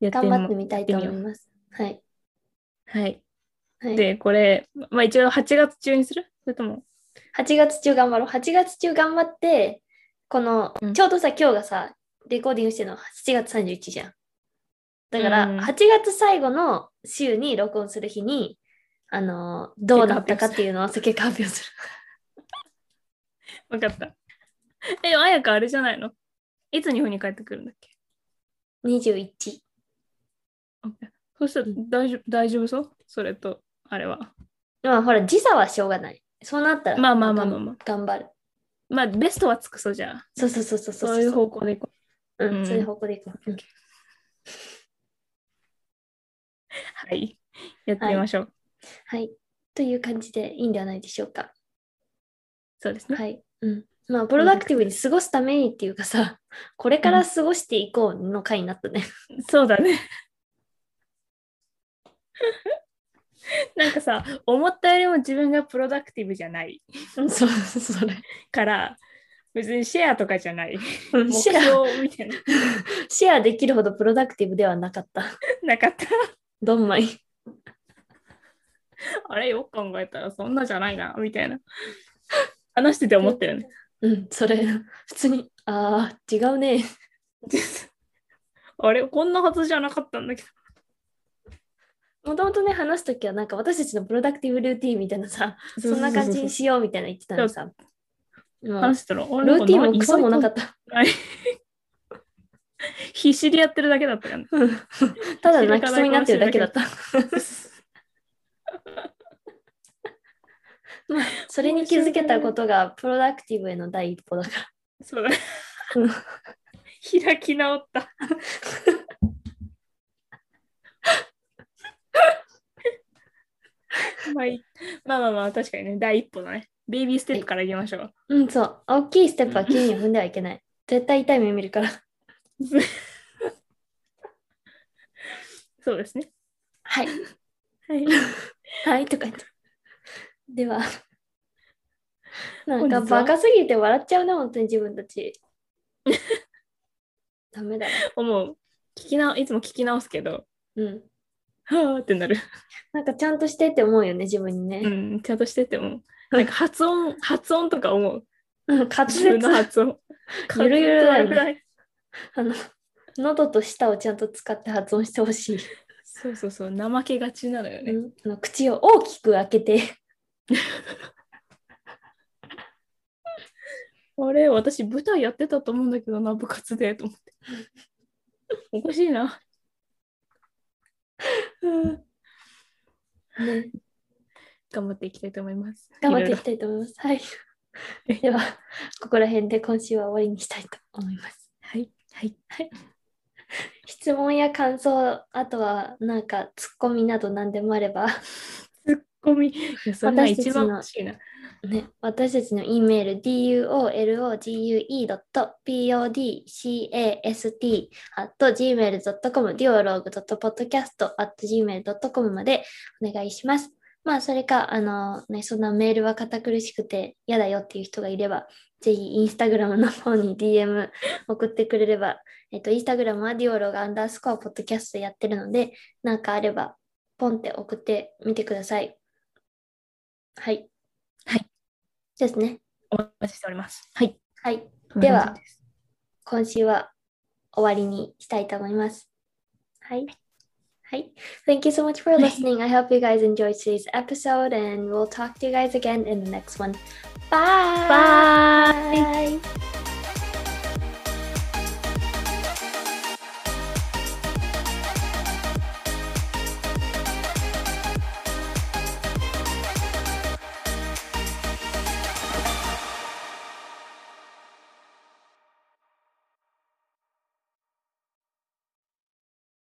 B: やって
A: 頑
B: み
A: 張っ
B: ま
A: てみたいと思います。はい。
B: はい。
A: はい、
B: で、これ、まあ一応8月中にするそれとも。
A: 8月中頑張ろう。8月中頑張って、この、
B: うん
A: ちょうどさ、今日がさ、レコーディングしてるの7月31じゃん。だから、
B: うん
A: 8月最後の週に録音する日に、あのー、どうなったかっていうのを結果発表す
B: わかった。え、あやかあれじゃないのいつ日本に帰ってくるんだっけ
A: る。21。
B: そしたら
A: うん
B: 大丈夫、大丈夫そうそれと、あれは。
A: まあ、ほら、時差はしょうがない。そうなったら、
B: まあまあまあまあま
A: 頑張る。
B: あ。まあ、ベストは尽くそうじゃあ。
A: そうそうそうそうそう。
B: そういう方向でいこ
A: う、
B: うんん
A: そういう方向でいこう。うん
B: う。はい。やってみましょう。
A: はい。という感じでいいんではないでしょうか。
B: そうですね。
A: はい。うん。まあ、プロダクティブに過ごすためにっていうかさ、 [LAUGHS] これから過ごしていこうの回になったね。
B: そうだね。 [LAUGHS] なんかさ、思ったよりも自分がプロダクティブじゃない
A: そう、それ。
B: から、別にシェアとかじゃない。
A: [LAUGHS]
B: 目
A: シェ
B: 標
A: ア、
B: みたいな、
A: シェアできるほどプロダクティブではなかった。
B: な
A: [LAUGHS]
B: かった。
A: どんまい。
B: あれ、よく考えたらそんなじゃないな、みたいな。話してて思ったよね。
A: うん、それ、普通に、ああ、違うね。
B: あれ、こんなはずじゃなかったんだけど。
A: もともとね、話すときは、なんか私たちのプロダクティブルーティンみたいなさ、そんな感じにしようみたいな言ってたのにさ、もう
B: 話してたら、
A: ルーティンもクソもなか
B: っ
A: った。
B: た。必死でやってるだけだった
A: [LAUGHS]
B: からね。
A: ただ [LAUGHS] 泣きそうになってるだけだった。まあ、それに気づけたことがプロダクティブへの第一歩だから。
B: そうだね
A: うん。
B: 開き
A: [LAUGHS]
B: 直った。まあいい、まあまあまあ、確かにね、第一歩だね。ベイビーステップからいきましょう。
A: うん、そう。大きいステップは急には踏んではいけない。絶対痛い目見るから。
B: そうですね。
A: はい。
B: はい。
A: はい、とか言って。では。なんか
B: 本日は
A: バカすぎて笑っちゃうな、本当に自分た [LAUGHS] ち。ダメだわ。
B: 思う。聞きな、いつも聞き直すけど、
A: うん。
B: はあってなる。
A: なんかちゃんとしてって思うよね、自分に
B: う
A: ね。
B: ん、ちゃんとしてても。なんか発音、発音とか思う。
A: うん、滑
B: 自分
A: 舌
B: の。
A: [LAUGHS]
B: 発音。
A: ゆるゆるだよね
B: 滑舌悪くない
A: あの、喉と舌をちゃんと使って発音してほしい。
B: そうそうそう、怠けがちなのよね。
A: うんあの口を大きく開けて。
B: あれ、私、舞台やってたと思うんだけどな、部活で、と思
A: [LAUGHS]
B: って。おかしいな。
A: ね、
B: 頑張っていきたいと思います。
A: 頑張ってい
B: い
A: きたいと思います。はい。では、ここら辺で今週は終わりにしたいと思います。
B: ろいろはい。はい。
A: 質問や感想、あとはなんかツッコミなど何でもあれば、
B: ツッコミ。いや、それが
A: 私たち
B: 一番
A: の
B: 欲しいな。
A: ね、私たちの E メール duologue.podcast.gmail.com duologue.podcast.gmail.com までお願いします。まあ、それか、あのね、そんなメールは堅苦しくて嫌だよっていう人がいれば、ぜひインスタグラムの方に DM 送ってくれれば、えっと、インスタグラムはディオロがアンダースコアポッドキャストやってるので、なんかあれば、ポンって送ってみてください。はい。
B: はい。
A: ですね。
B: お待ちしております。はい。
A: はい。
B: こん
A: で
B: な
A: は
B: 感じす、
A: 今週は終わりにしたいと思います。はい。はい。Thank you so much for listening. I hope you guys enjoyed today's episode and we'll talk to you guys again in the next one.
B: バイ
A: バイ
B: イ